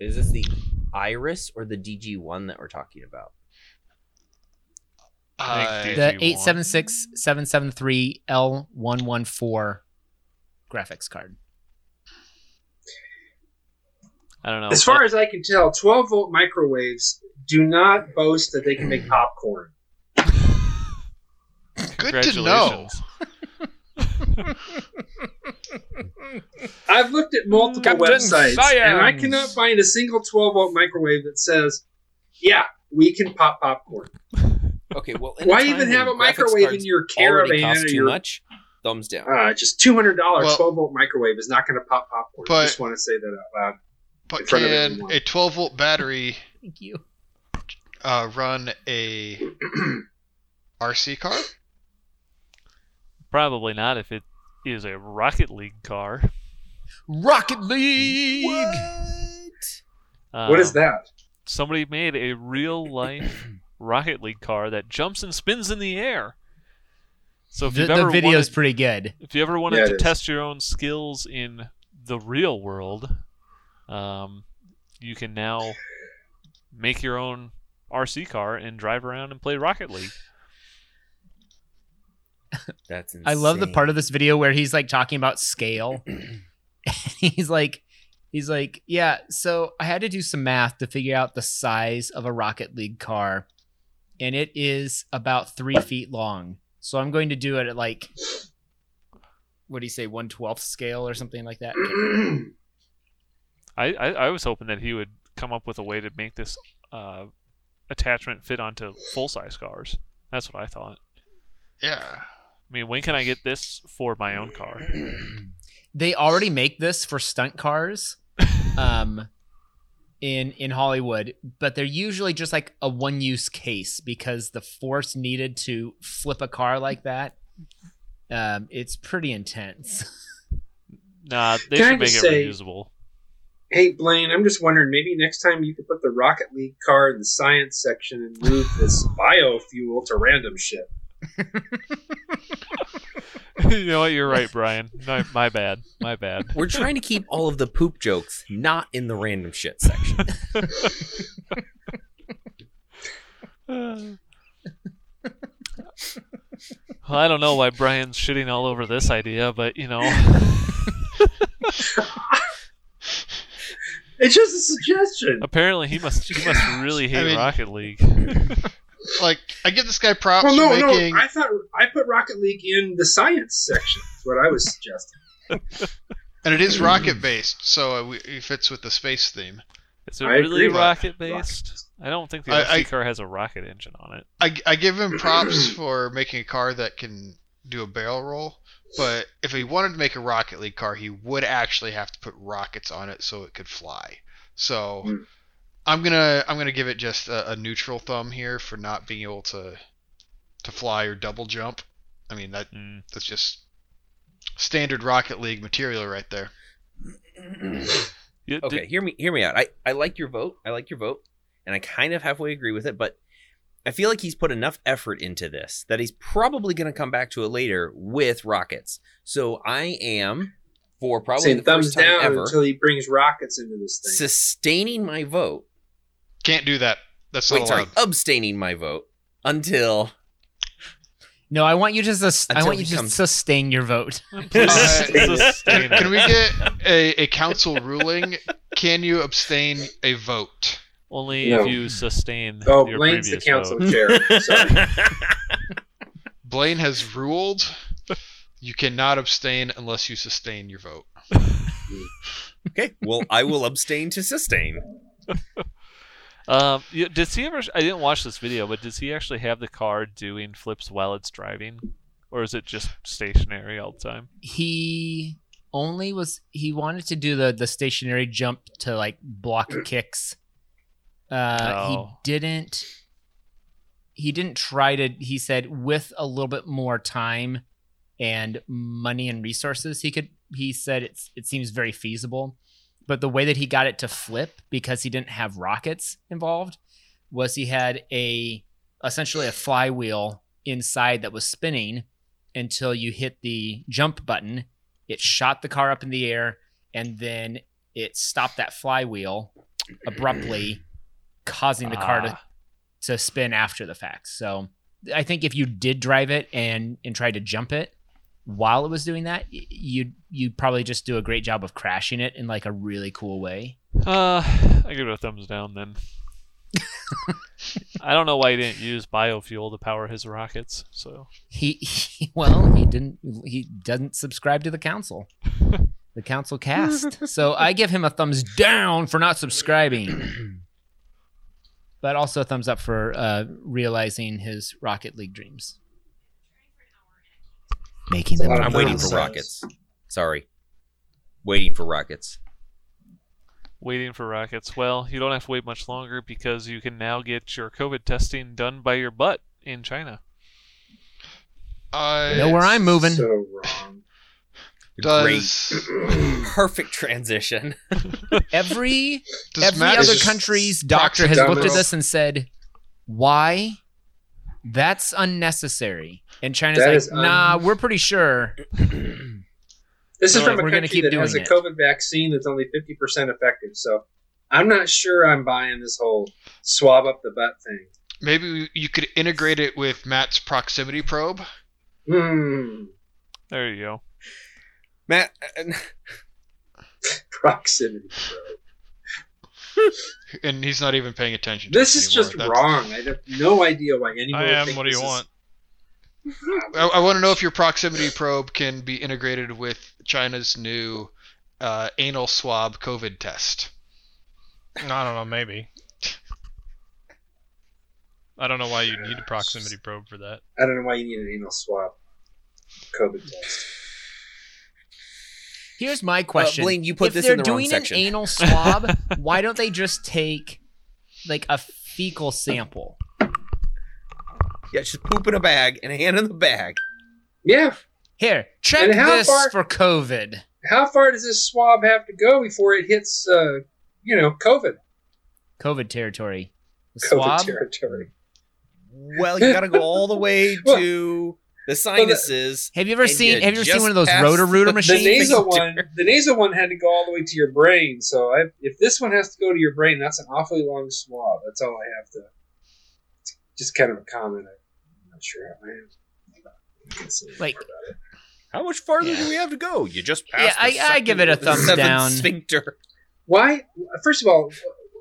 Speaker 2: is this the Iris or the DG one that we're talking about?
Speaker 1: I think the-
Speaker 6: Uh,
Speaker 4: The
Speaker 1: you want.
Speaker 4: eight seven six seven seven three L one one four graphics card.
Speaker 1: I don't know.
Speaker 5: As far as I can tell, 12 volt microwaves do not boast that they can make popcorn.
Speaker 6: good to know.
Speaker 5: I've looked at multiple
Speaker 4: Captain
Speaker 5: websites and I
Speaker 4: Science.
Speaker 5: cannot find a single 12 volt microwave that says, "Yeah, we can pop popcorn."
Speaker 2: Okay, well,
Speaker 5: Why even have a microwave in your caravan or
Speaker 2: Cost too
Speaker 5: your
Speaker 2: much. Thumbs down.
Speaker 5: uh, just two hundred dollars
Speaker 6: Well-
Speaker 5: twelve volt microwave is not going to pop popcorn. I
Speaker 6: But-
Speaker 5: just want to say that out loud. in
Speaker 6: But
Speaker 5: front of
Speaker 6: can
Speaker 5: everyone.
Speaker 6: a 12 volt battery
Speaker 4: Thank you.
Speaker 6: uh, run a RC car?
Speaker 1: Probably not if it is a Rocket League car.
Speaker 4: Rocket League.
Speaker 1: Um,
Speaker 5: what
Speaker 2: Uh.
Speaker 5: is that?
Speaker 1: Somebody made a real life Rocket League car that jumps and spins in the air. So if
Speaker 4: The,
Speaker 1: you've
Speaker 4: the
Speaker 1: ever
Speaker 4: video's
Speaker 1: wanted,
Speaker 4: pretty good.
Speaker 1: if you ever wanted
Speaker 5: Yeah, it
Speaker 1: to
Speaker 5: is.
Speaker 1: test your own skills in the real world, um, you can now make your own RC car and drive around and play Rocket League.
Speaker 2: That's insane.
Speaker 4: I love the part of this video where he's like talking about scale. he's like, he's like, yeah. So I had to do some math to figure out the size of a Rocket League car, and it is about three feet long. So I'm going to do it at like, what do you say, one twelfth scale or something like that.
Speaker 1: I, I, I was hoping that he would come up with a way to make this uh, attachment fit onto full size cars. That's what I thought.
Speaker 6: Yeah.
Speaker 1: I mean, when can I get this for my own car?
Speaker 4: they already make this for stunt cars um in in Hollywood, but they're usually just like a one-use case because the force needed to flip a car like that um it's pretty intense.
Speaker 1: Nah, they
Speaker 5: Can I
Speaker 1: should make it
Speaker 5: just say-
Speaker 1: reusable.
Speaker 5: Hey Blaine, I'm just wondering. Maybe next time you could put the Rocket League car in the science section and move this biofuel to random shit.
Speaker 1: you know what? You're right, Brian. No, my bad. My bad.
Speaker 2: We're trying to keep all of the poop jokes not in the random shit section.
Speaker 1: well, I don't know why Brian's shitting all over this idea, but you know,
Speaker 5: It's just a suggestion.
Speaker 1: apparently he must he must really hate
Speaker 6: mean-
Speaker 1: Rocket League.
Speaker 6: Like, I give this guy props
Speaker 5: Well, no,
Speaker 6: for making.
Speaker 5: no. I thought I put Rocket League in the science section. Is what I was suggesting.
Speaker 6: And it is rocket based, so uh, we- it fits with the space theme.
Speaker 1: Is it
Speaker 5: I
Speaker 1: really
Speaker 5: agree with
Speaker 1: rocket based? I don't think the
Speaker 6: I-
Speaker 1: RC
Speaker 6: I-
Speaker 1: car has a rocket engine on it.
Speaker 6: I, I give him props for making a car that can do a barrel roll, but if he wanted to make a Rocket League car, he would actually have to put rockets on it so it could fly. So
Speaker 5: Hmm.
Speaker 6: I'm gonna I'm gonna give it just a, a neutral thumb here for not being able to to fly or double jump. I mean that
Speaker 5: Hmm.
Speaker 1: Mm.
Speaker 6: that's just standard Rocket League material right there.
Speaker 1: You-
Speaker 2: okay,
Speaker 1: did-
Speaker 2: hear me hear me out. I, I like your vote. I like your vote. And I kind of halfway agree with it, but I feel like he's put enough effort into this that he's probably gonna come back to it later with rockets. So I am for probably
Speaker 5: Saying
Speaker 2: the
Speaker 5: thumbs
Speaker 2: first time
Speaker 5: down
Speaker 2: ever
Speaker 5: until he brings rockets into this thing.
Speaker 2: sustaining my vote.
Speaker 6: Can't do that. That's not
Speaker 2: Wait, sorry,
Speaker 6: allowed.
Speaker 2: abstaining my vote until
Speaker 4: No, I want you to sus- I
Speaker 2: Until
Speaker 4: want you
Speaker 2: he
Speaker 4: to
Speaker 2: comes-
Speaker 4: sustain your vote.
Speaker 1: please
Speaker 6: Uh,
Speaker 1: sustain
Speaker 6: Can we
Speaker 1: it.
Speaker 6: get a, a council ruling? Can you abstain a vote?
Speaker 1: Only
Speaker 5: No.
Speaker 1: if you sustain
Speaker 5: Oh,
Speaker 1: your
Speaker 5: Blaine's the
Speaker 1: previous
Speaker 5: council
Speaker 1: vote.
Speaker 5: chair. Sorry.
Speaker 6: Blaine has ruled you cannot abstain unless you sustain your vote.
Speaker 2: Okay. Well, I will abstain to sustain.
Speaker 1: Um, you- does he ever? I didn't watch this video, but does he actually have the car doing flips while it's driving, or is it just stationary all the time?
Speaker 4: he only was he wanted to do the the stationary jump to like block kicks uh
Speaker 1: Oh.
Speaker 4: he didn't he didn't try to he said with a little bit more time and money and resources he could he said it's it seems very feasible but the way that he got it to flip because he didn't have rockets involved was he had a essentially a flywheel inside that was spinning until you hit the jump button. It shot the car up in the air and then it stopped that flywheel abruptly, causing the car to,
Speaker 1: Ah.
Speaker 4: to spin after the fact. So I think if you did drive it and and tried to jump it while it was doing that, y- you'd you'd probably just do a great job of crashing it in like a really cool way.
Speaker 1: Uh, I give it a thumbs down then. I don't know why he didn't use biofuel to power his rockets. So
Speaker 4: He, he well, he didn't he doesn't subscribe to the council. The council cast. so I give him a thumbs down for not subscribing. But also a thumbs up for uh, realizing his Rocket League dreams. Making
Speaker 5: It's a
Speaker 4: them
Speaker 5: lot of
Speaker 2: I'm waiting for
Speaker 5: Nonsense.
Speaker 2: rockets. Sorry. Waiting for rockets.
Speaker 1: waiting for rockets. Well, you don't have to wait much longer because you can now get your COVID testing done by your butt in China.
Speaker 6: Uh,
Speaker 4: know where I'm moving.
Speaker 5: So wrong.
Speaker 6: does
Speaker 2: Great. Perfect transition.
Speaker 4: Every
Speaker 6: does
Speaker 4: every
Speaker 6: Matt
Speaker 4: other
Speaker 5: just
Speaker 4: country's
Speaker 6: proxy
Speaker 4: doctor has looked at
Speaker 6: domino?
Speaker 4: this and said, "Why? That's unnecessary." And China's
Speaker 5: That
Speaker 4: like,
Speaker 5: is un-
Speaker 4: "Nah, we're pretty sure."
Speaker 5: This is
Speaker 4: No,
Speaker 5: from
Speaker 4: we're
Speaker 5: a
Speaker 4: gonna
Speaker 5: country
Speaker 4: keep
Speaker 5: that has a
Speaker 4: doing it.
Speaker 5: COVID vaccine that's only fifty percent effective. So I'm not sure I'm buying this whole swab up the butt thing.
Speaker 6: Maybe we- you could integrate it with Matt's proximity probe.
Speaker 5: Hmm.
Speaker 1: There you go.
Speaker 2: Matt, uh,
Speaker 5: Hmm. Proximity.
Speaker 6: And he's not even paying attention. To
Speaker 5: This
Speaker 6: us
Speaker 5: is just
Speaker 6: anymore. That's-
Speaker 5: wrong. I have no idea why anyone.
Speaker 3: I
Speaker 5: would
Speaker 3: am.
Speaker 5: think
Speaker 3: What do
Speaker 5: this
Speaker 3: you
Speaker 5: is-
Speaker 3: want?
Speaker 6: I, I want to know if your proximity probe can be integrated with China's new uh, anal swab COVID test.
Speaker 3: I don't know. Maybe. I don't know why you need a proximity probe for that.
Speaker 5: I don't know why you need an anal swab. COVID test.
Speaker 4: Here's my question.
Speaker 2: Uh, Blaine, you put
Speaker 4: if
Speaker 2: this
Speaker 4: they're
Speaker 2: in the wrong
Speaker 4: doing
Speaker 2: section.
Speaker 4: an anal swab, why don't they just take like a fecal sample?
Speaker 2: yeah, just poop in a bag and hand in the bag.
Speaker 5: Yeah.
Speaker 4: Here, check
Speaker 5: And how
Speaker 4: this
Speaker 5: far-
Speaker 4: for COVID.
Speaker 5: How far does this swab have to go before it hits, uh, you know, COVID?
Speaker 4: COVID territory. The
Speaker 5: COVID
Speaker 4: swab.
Speaker 5: territory.
Speaker 2: Well, you gotta go all the way to the sinuses.
Speaker 4: Have you ever
Speaker 2: And
Speaker 4: seen?
Speaker 2: you
Speaker 4: Have you ever seen
Speaker 2: just
Speaker 4: one of those
Speaker 2: passed
Speaker 4: rotor rooter
Speaker 2: the
Speaker 5: The
Speaker 4: machines?
Speaker 2: nasal-
Speaker 5: nasal one, the nasal one had to go all the way to your brain. So I, if this one has to go to your brain, that's an awfully long swab. That's all I have to. it's Just kind of a comment. I'm not sure how I am.
Speaker 4: Like-
Speaker 2: How much farther
Speaker 4: Yeah.
Speaker 2: do we have to go? You just
Speaker 4: Yeah,
Speaker 2: passed. the
Speaker 4: I- I
Speaker 2: second
Speaker 4: give it a
Speaker 2: of the
Speaker 4: thumbs
Speaker 2: seventh
Speaker 4: down.
Speaker 2: Sphincter.
Speaker 5: why? First of all,
Speaker 2: Not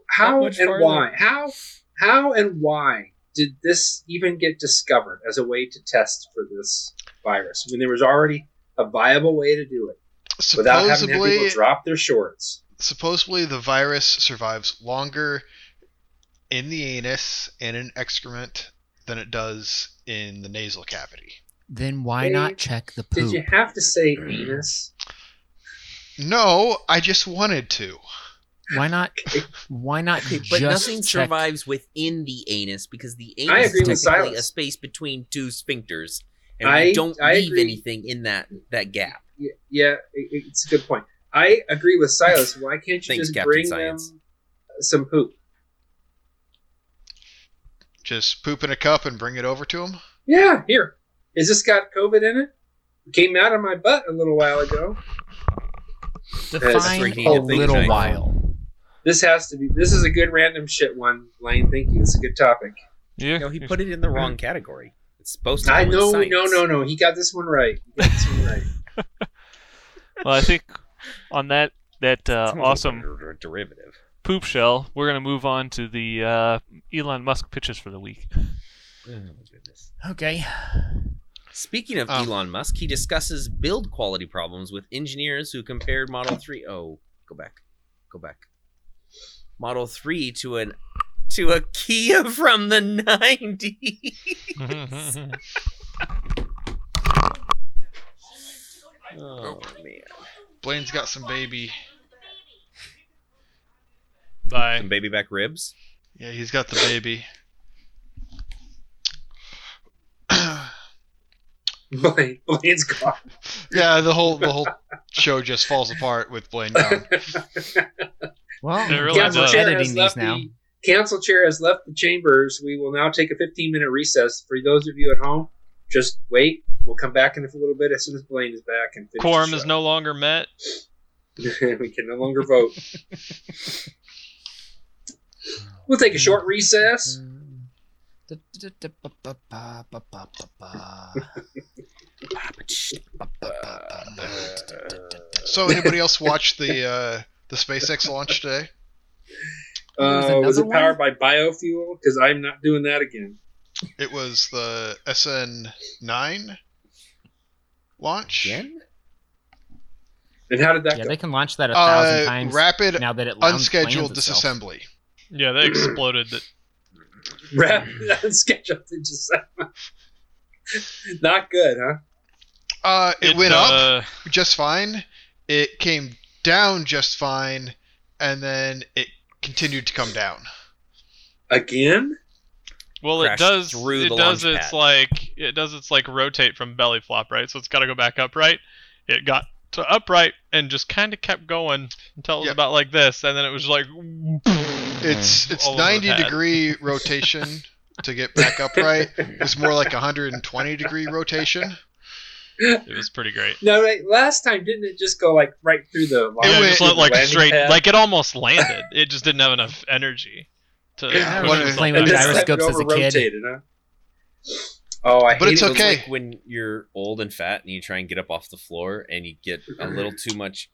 Speaker 5: how
Speaker 2: much
Speaker 5: and
Speaker 2: farther.
Speaker 5: why? How how and why did this even get discovered as a way to test for this virus when there was already a viable way to do it without having to have
Speaker 6: Supposedly,
Speaker 5: people drop their shorts?
Speaker 6: supposedly the virus survives longer in the anus and in excrement than it does in the nasal cavity.
Speaker 4: Then why not check the
Speaker 5: Did
Speaker 4: poop?
Speaker 5: you have to say anus?
Speaker 6: No, I just wanted to.
Speaker 4: Why not? Why not
Speaker 2: Okay,
Speaker 4: just
Speaker 2: but nothing
Speaker 4: check?
Speaker 2: survives within the anus because the
Speaker 5: I
Speaker 2: anus
Speaker 5: agree with
Speaker 2: is technically
Speaker 5: Silas.
Speaker 2: a space between two sphincters, and
Speaker 5: I-
Speaker 2: we don't
Speaker 5: I
Speaker 2: leave
Speaker 5: agree.
Speaker 2: anything in that that gap.
Speaker 5: Y- yeah, it, it's a good point. I agree with Silas. Why can't you
Speaker 2: Thanks,
Speaker 5: just
Speaker 2: Captain
Speaker 5: bring
Speaker 2: Science.
Speaker 5: them some poop?
Speaker 6: Just poop in a cup and bring it over to him.
Speaker 5: Yeah, here. Is this got COVID in it? It came out of my butt a little while ago.
Speaker 4: Define
Speaker 2: freaking
Speaker 4: a
Speaker 2: thing,
Speaker 4: little
Speaker 2: Jake.
Speaker 4: while.
Speaker 5: This has to be. This is a good random shit one, Lane. Thank you. It's a good topic.
Speaker 1: Yeah.
Speaker 2: No, he put it in the wrong category. It's supposed to.
Speaker 5: I
Speaker 2: go in
Speaker 5: know.
Speaker 2: science.
Speaker 5: No, no, no. He got this one right. He got this one right.
Speaker 1: Well, I think on that that uh,
Speaker 2: Sounds like
Speaker 1: awesome
Speaker 2: a derivative.
Speaker 1: poop shell, we're gonna move on to the uh, Elon Musk pitches for the week.
Speaker 2: Oh, my goodness.
Speaker 4: Okay.
Speaker 2: Speaking of
Speaker 6: Um,
Speaker 2: Elon Musk, he discusses build quality problems with engineers who compared Model 3 oh, go back. Go back. Model 3 to an to a Kia from the 90s. Oh man.
Speaker 6: Blaine's got some baby.
Speaker 3: Bye.
Speaker 2: Some baby back ribs.
Speaker 6: Yeah, he's got the baby.
Speaker 5: Blaine, Blaine's gone.
Speaker 6: yeah, the whole the whole show just falls apart with Blaine gone.
Speaker 4: Well,
Speaker 3: It really
Speaker 4: I'm
Speaker 3: does.
Speaker 4: uh, editing these
Speaker 5: left
Speaker 4: now.
Speaker 5: The, Council chair has left the chambers. We will now take a 15 minute recess. For those of you at home, just wait. We'll come back in a little bit as soon as Blaine is back and finish
Speaker 3: Quorum
Speaker 5: the
Speaker 3: is
Speaker 5: show.
Speaker 3: no longer met.
Speaker 5: we can no longer vote. we'll take a short recess.
Speaker 4: Mm.
Speaker 6: So anybody else watch the uh, the SpaceX launch today?
Speaker 4: There's
Speaker 5: Uh, was
Speaker 4: another
Speaker 5: it
Speaker 4: one?
Speaker 5: powered by biofuel? Because I'm not doing that again.
Speaker 6: It was the SN9 launch.
Speaker 2: Jen?
Speaker 5: And how did that
Speaker 4: Yeah,
Speaker 5: go?
Speaker 4: they can launch that a thousand
Speaker 6: Uh,
Speaker 4: times
Speaker 6: rapid
Speaker 4: now that it lounge-
Speaker 6: unscheduled
Speaker 4: lands itself.
Speaker 6: disassembly.
Speaker 3: Yeah, they exploded. That
Speaker 5: Wrap that sketch up to just not good, huh?
Speaker 6: Uh, it, went up
Speaker 3: uh,
Speaker 6: just fine. It came down just fine, and then it continued to come down.
Speaker 5: Again?
Speaker 3: Well, it
Speaker 2: crashed
Speaker 3: does.
Speaker 2: through
Speaker 3: it
Speaker 2: the
Speaker 3: does
Speaker 2: launch
Speaker 3: its
Speaker 2: pad.
Speaker 3: like it does its like rotate from belly flop, right? So it's got to go back upright. It got to upright and just kind of kept going until it was
Speaker 6: Yep.
Speaker 3: about like this, and then it was like
Speaker 6: It's it's
Speaker 3: Mm-hmm. All over the
Speaker 6: 90
Speaker 3: pad.
Speaker 6: degree rotation to get back upright. It's more like 120 degree rotation.
Speaker 3: it was pretty great.
Speaker 5: No, wait, last time didn't it just go like right through the?
Speaker 3: It,
Speaker 6: went-
Speaker 3: just looked like
Speaker 5: landing
Speaker 3: straight,
Speaker 5: pad?
Speaker 3: like it almost landed. It just didn't have enough energy to.
Speaker 6: Yeah,
Speaker 3: push
Speaker 6: when it
Speaker 3: itself
Speaker 4: playing
Speaker 3: back
Speaker 5: And
Speaker 4: with
Speaker 5: just
Speaker 3: up.
Speaker 5: left it
Speaker 4: gyroscopes as a kid.
Speaker 5: over-rotated, Huh? Oh, I
Speaker 6: But
Speaker 5: hate
Speaker 6: it's
Speaker 5: it.
Speaker 2: It was
Speaker 6: okay.
Speaker 2: like when you're old and fat and you try and get up off the floor and you get a little too much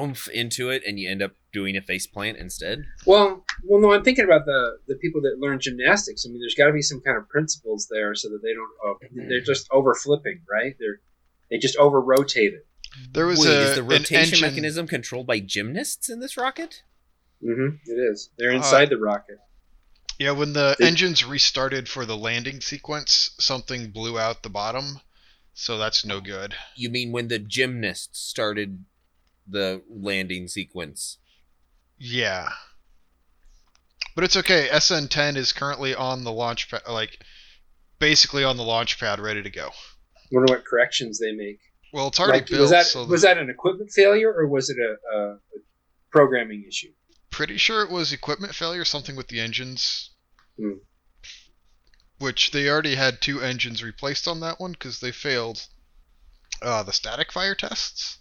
Speaker 2: oomph into it and you end up doing a face plant instead.
Speaker 5: Well, well, no, I'm thinking about the the people that learn gymnastics. I mean, there's got to be some kind of principles there so that they don't. Uh, they're just over flipping, right? They're they just over rotate it.
Speaker 6: There was
Speaker 2: Wait,
Speaker 6: a,
Speaker 2: is the
Speaker 6: an
Speaker 2: rotation
Speaker 6: engine-
Speaker 2: mechanism controlled by gymnasts in this rocket?
Speaker 5: Mm-hmm. It is. They're inside the rocket.
Speaker 6: Yeah, when the
Speaker 5: It-
Speaker 6: engines restarted for the landing sequence, something blew out the bottom, so that's no good.
Speaker 2: You mean when the gymnasts started the landing sequence.
Speaker 6: Yeah. But it's okay. SN10 is currently on the launch pad, like basically on the launch pad, ready to go.
Speaker 5: Wonder what corrections they make.
Speaker 6: Well, it's already
Speaker 5: Like,
Speaker 6: built,
Speaker 5: was that
Speaker 6: so
Speaker 5: was that an equipment failure or was it a, a programming issue?
Speaker 6: pretty sure it was equipment failure, something with the engines.
Speaker 5: Hmm.
Speaker 6: Which they already had two engines replaced on that one because they failed uh, the static fire tests,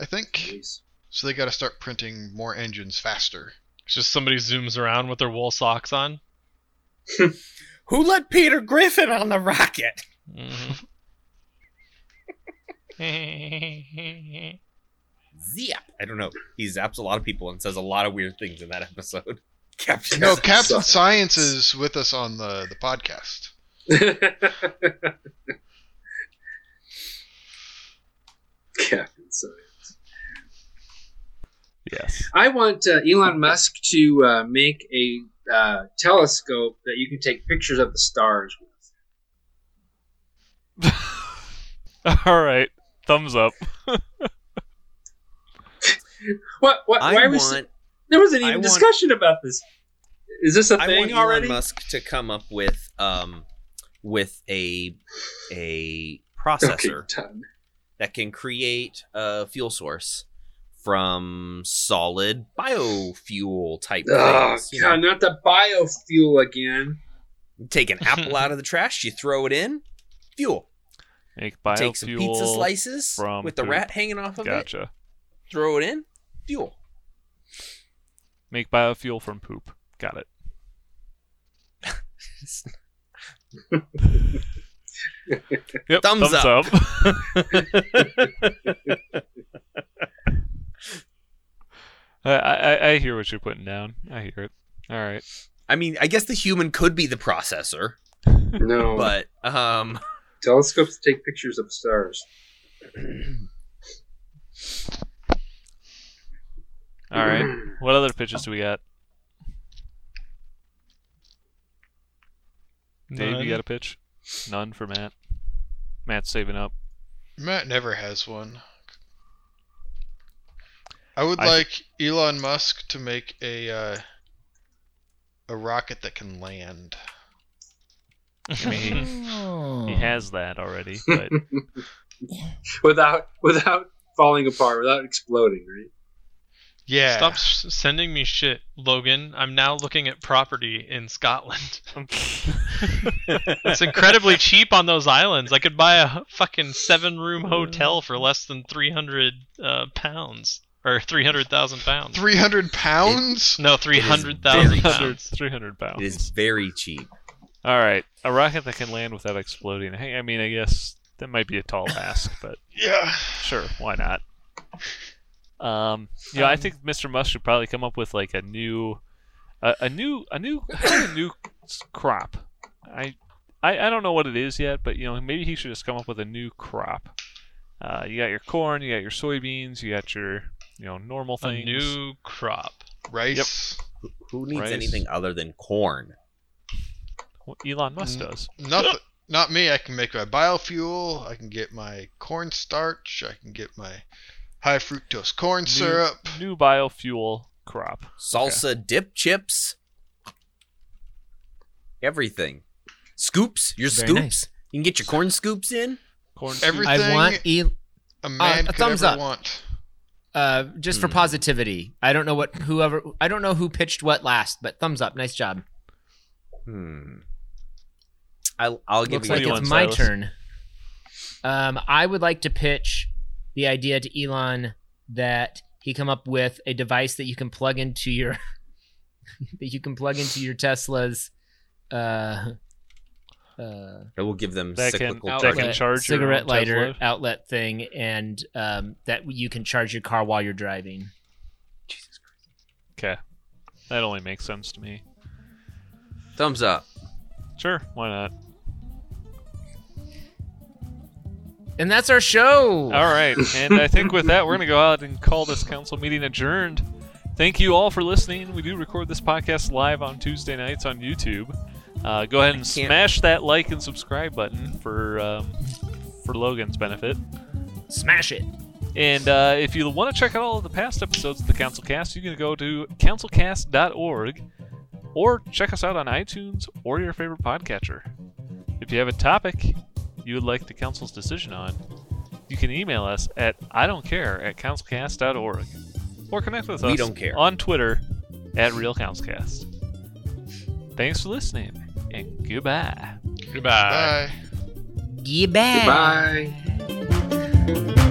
Speaker 6: I think.
Speaker 5: Jeez.
Speaker 6: So they got to start printing more engines faster.
Speaker 3: It's just somebody zooms around with their wool socks on.
Speaker 2: Who let Peter Griffin on the rocket?
Speaker 3: Mhm.
Speaker 2: Zip. I don't know. He zaps a lot of people and says a lot of weird things in that episode. Captain.
Speaker 6: No, Captain
Speaker 5: sucks.
Speaker 6: Science is with us on the, the podcast.
Speaker 5: Captain Science.
Speaker 1: Yes.
Speaker 5: I want uh, Elon Musk to uh, make a uh, telescope that you can take pictures of the stars with.
Speaker 1: All right. Thumbs up.
Speaker 5: What? What?
Speaker 2: I
Speaker 5: why
Speaker 2: want.
Speaker 5: was there wasn't
Speaker 2: I
Speaker 5: even
Speaker 2: want-
Speaker 5: discussion about this? Is this a
Speaker 2: I want
Speaker 5: thing
Speaker 2: Elon
Speaker 5: already?
Speaker 2: Musk to come up with um with a a processor
Speaker 5: Okay, done.
Speaker 2: that can create a fuel source from solid biofuel type
Speaker 5: Oh,
Speaker 2: things. you know.
Speaker 5: God, not the biofuel again.
Speaker 2: You take an apple out of the trash, you throw it in, fuel.
Speaker 1: Make biofuel.
Speaker 2: take some pizza slices
Speaker 1: from
Speaker 2: with the
Speaker 1: poop.
Speaker 2: rat hanging off of it,
Speaker 1: Gotcha.
Speaker 2: throw it in, fuel.
Speaker 1: Make biofuel from poop. Got it. Yep,
Speaker 2: Thumbs up.
Speaker 1: I, I I hear what you're putting down. I hear it. All right.
Speaker 2: I mean, I guess the human could be the processor,
Speaker 5: No,
Speaker 2: but um
Speaker 5: telescopes take pictures of stars.
Speaker 1: All right. What other pitches do we got? Dave,
Speaker 3: None.
Speaker 1: you got a pitch? None for Matt. Matt's saving up.
Speaker 6: Matt never has one. I would
Speaker 1: I thi-
Speaker 6: like Elon Musk to make a uh, a rocket that can land.
Speaker 1: I mean,
Speaker 4: Oh.
Speaker 1: he, he has that already, but
Speaker 5: Without without falling apart, without exploding, right?
Speaker 6: Yeah.
Speaker 3: Stop s- sending me shit, Logan. I'm now looking at property in Scotland. it's incredibly cheap on those islands. I could buy a fucking seven-room hotel for less than 300 uh, pounds or 300,000 pounds.
Speaker 6: Three hundred pounds.
Speaker 3: No, 300,000
Speaker 2: very
Speaker 1: 300,
Speaker 3: pounds.
Speaker 1: 300
Speaker 2: it is
Speaker 1: pounds.
Speaker 2: very cheap.
Speaker 1: All right. A rocket that can land without exploding. Hey, I mean, I guess that might be a tall ask, but
Speaker 6: Yeah.
Speaker 1: sure, why not? Um, yeah, I think Mr. Musk should probably come up with like a new, a, a new, a new, a new s- crop. I, I, I don't know what it is yet, but you know, maybe he should just come up with a new crop. Uh, you got your corn, you got your soybeans, you got your, you know, normal
Speaker 3: A
Speaker 1: things.
Speaker 3: new crop.
Speaker 6: Rice.
Speaker 2: Who needs
Speaker 1: Rice.
Speaker 2: anything other than corn?
Speaker 1: Well, Elon Musk
Speaker 6: Mm.
Speaker 1: does.
Speaker 6: Nothing. Not me. I can make my biofuel. I can get my cornstarch. I can get my high fructose corn syrup.
Speaker 1: New biofuel crop.
Speaker 2: Salsa, dip chips, everything. Scoops, your
Speaker 4: Very
Speaker 2: scoops.
Speaker 4: nice.
Speaker 2: You can get your corn scoops in.
Speaker 1: Corn.
Speaker 6: Every-
Speaker 1: soup.
Speaker 4: I
Speaker 6: Everything-
Speaker 4: want El-
Speaker 6: A man
Speaker 4: a
Speaker 6: could
Speaker 4: thumbs
Speaker 6: ever
Speaker 4: up.
Speaker 6: want.
Speaker 4: uh, just for
Speaker 2: Hmm.
Speaker 4: positivity. I don't know what whoever I don't know who pitched what last, but thumbs up. Nice job.
Speaker 2: Hmm. I'll, I'll give
Speaker 4: Looks
Speaker 2: you
Speaker 1: what
Speaker 2: one.
Speaker 4: like
Speaker 1: you
Speaker 4: it's
Speaker 1: want,
Speaker 4: my
Speaker 1: Silas.
Speaker 4: turn. Um, I would like to pitch the idea to Elon that he come up with a device that you can plug into your that you can plug into your Tesla's uh, uh,
Speaker 2: I will give them
Speaker 1: That can-
Speaker 2: cyclical
Speaker 1: that
Speaker 2: charging.
Speaker 1: can- charge your
Speaker 4: cigarette
Speaker 1: own
Speaker 4: lighter
Speaker 1: Tesla?
Speaker 4: outlet thing, and um, that you can charge your car while you're driving.
Speaker 1: Okay, that only makes sense to me.
Speaker 2: Thumbs up.
Speaker 1: Sure, why not?
Speaker 4: And that's our show.
Speaker 1: All right. And I think with that, we're going to go out and call this council meeting adjourned. Thank you all for listening. We do record this podcast live on Tuesday nights on YouTube. Uh, go ahead and smash that like and subscribe button for um, for Logan's benefit.
Speaker 4: Smash it.
Speaker 1: And uh, if you want to check out all of the past episodes of the Councilcast, you can go to councilcast.org or check us out on iTunes or your favorite podcatcher. If you have a topic you would like the council's decision on, you can email us at I don't care at councilcast.org or connect with
Speaker 2: We
Speaker 1: us
Speaker 2: don't care.
Speaker 1: on Twitter at RealCouncilcast. Thanks for listening and goodbye.
Speaker 3: Goodbye.
Speaker 6: Bye.
Speaker 4: Goodbye.
Speaker 5: Goodbye.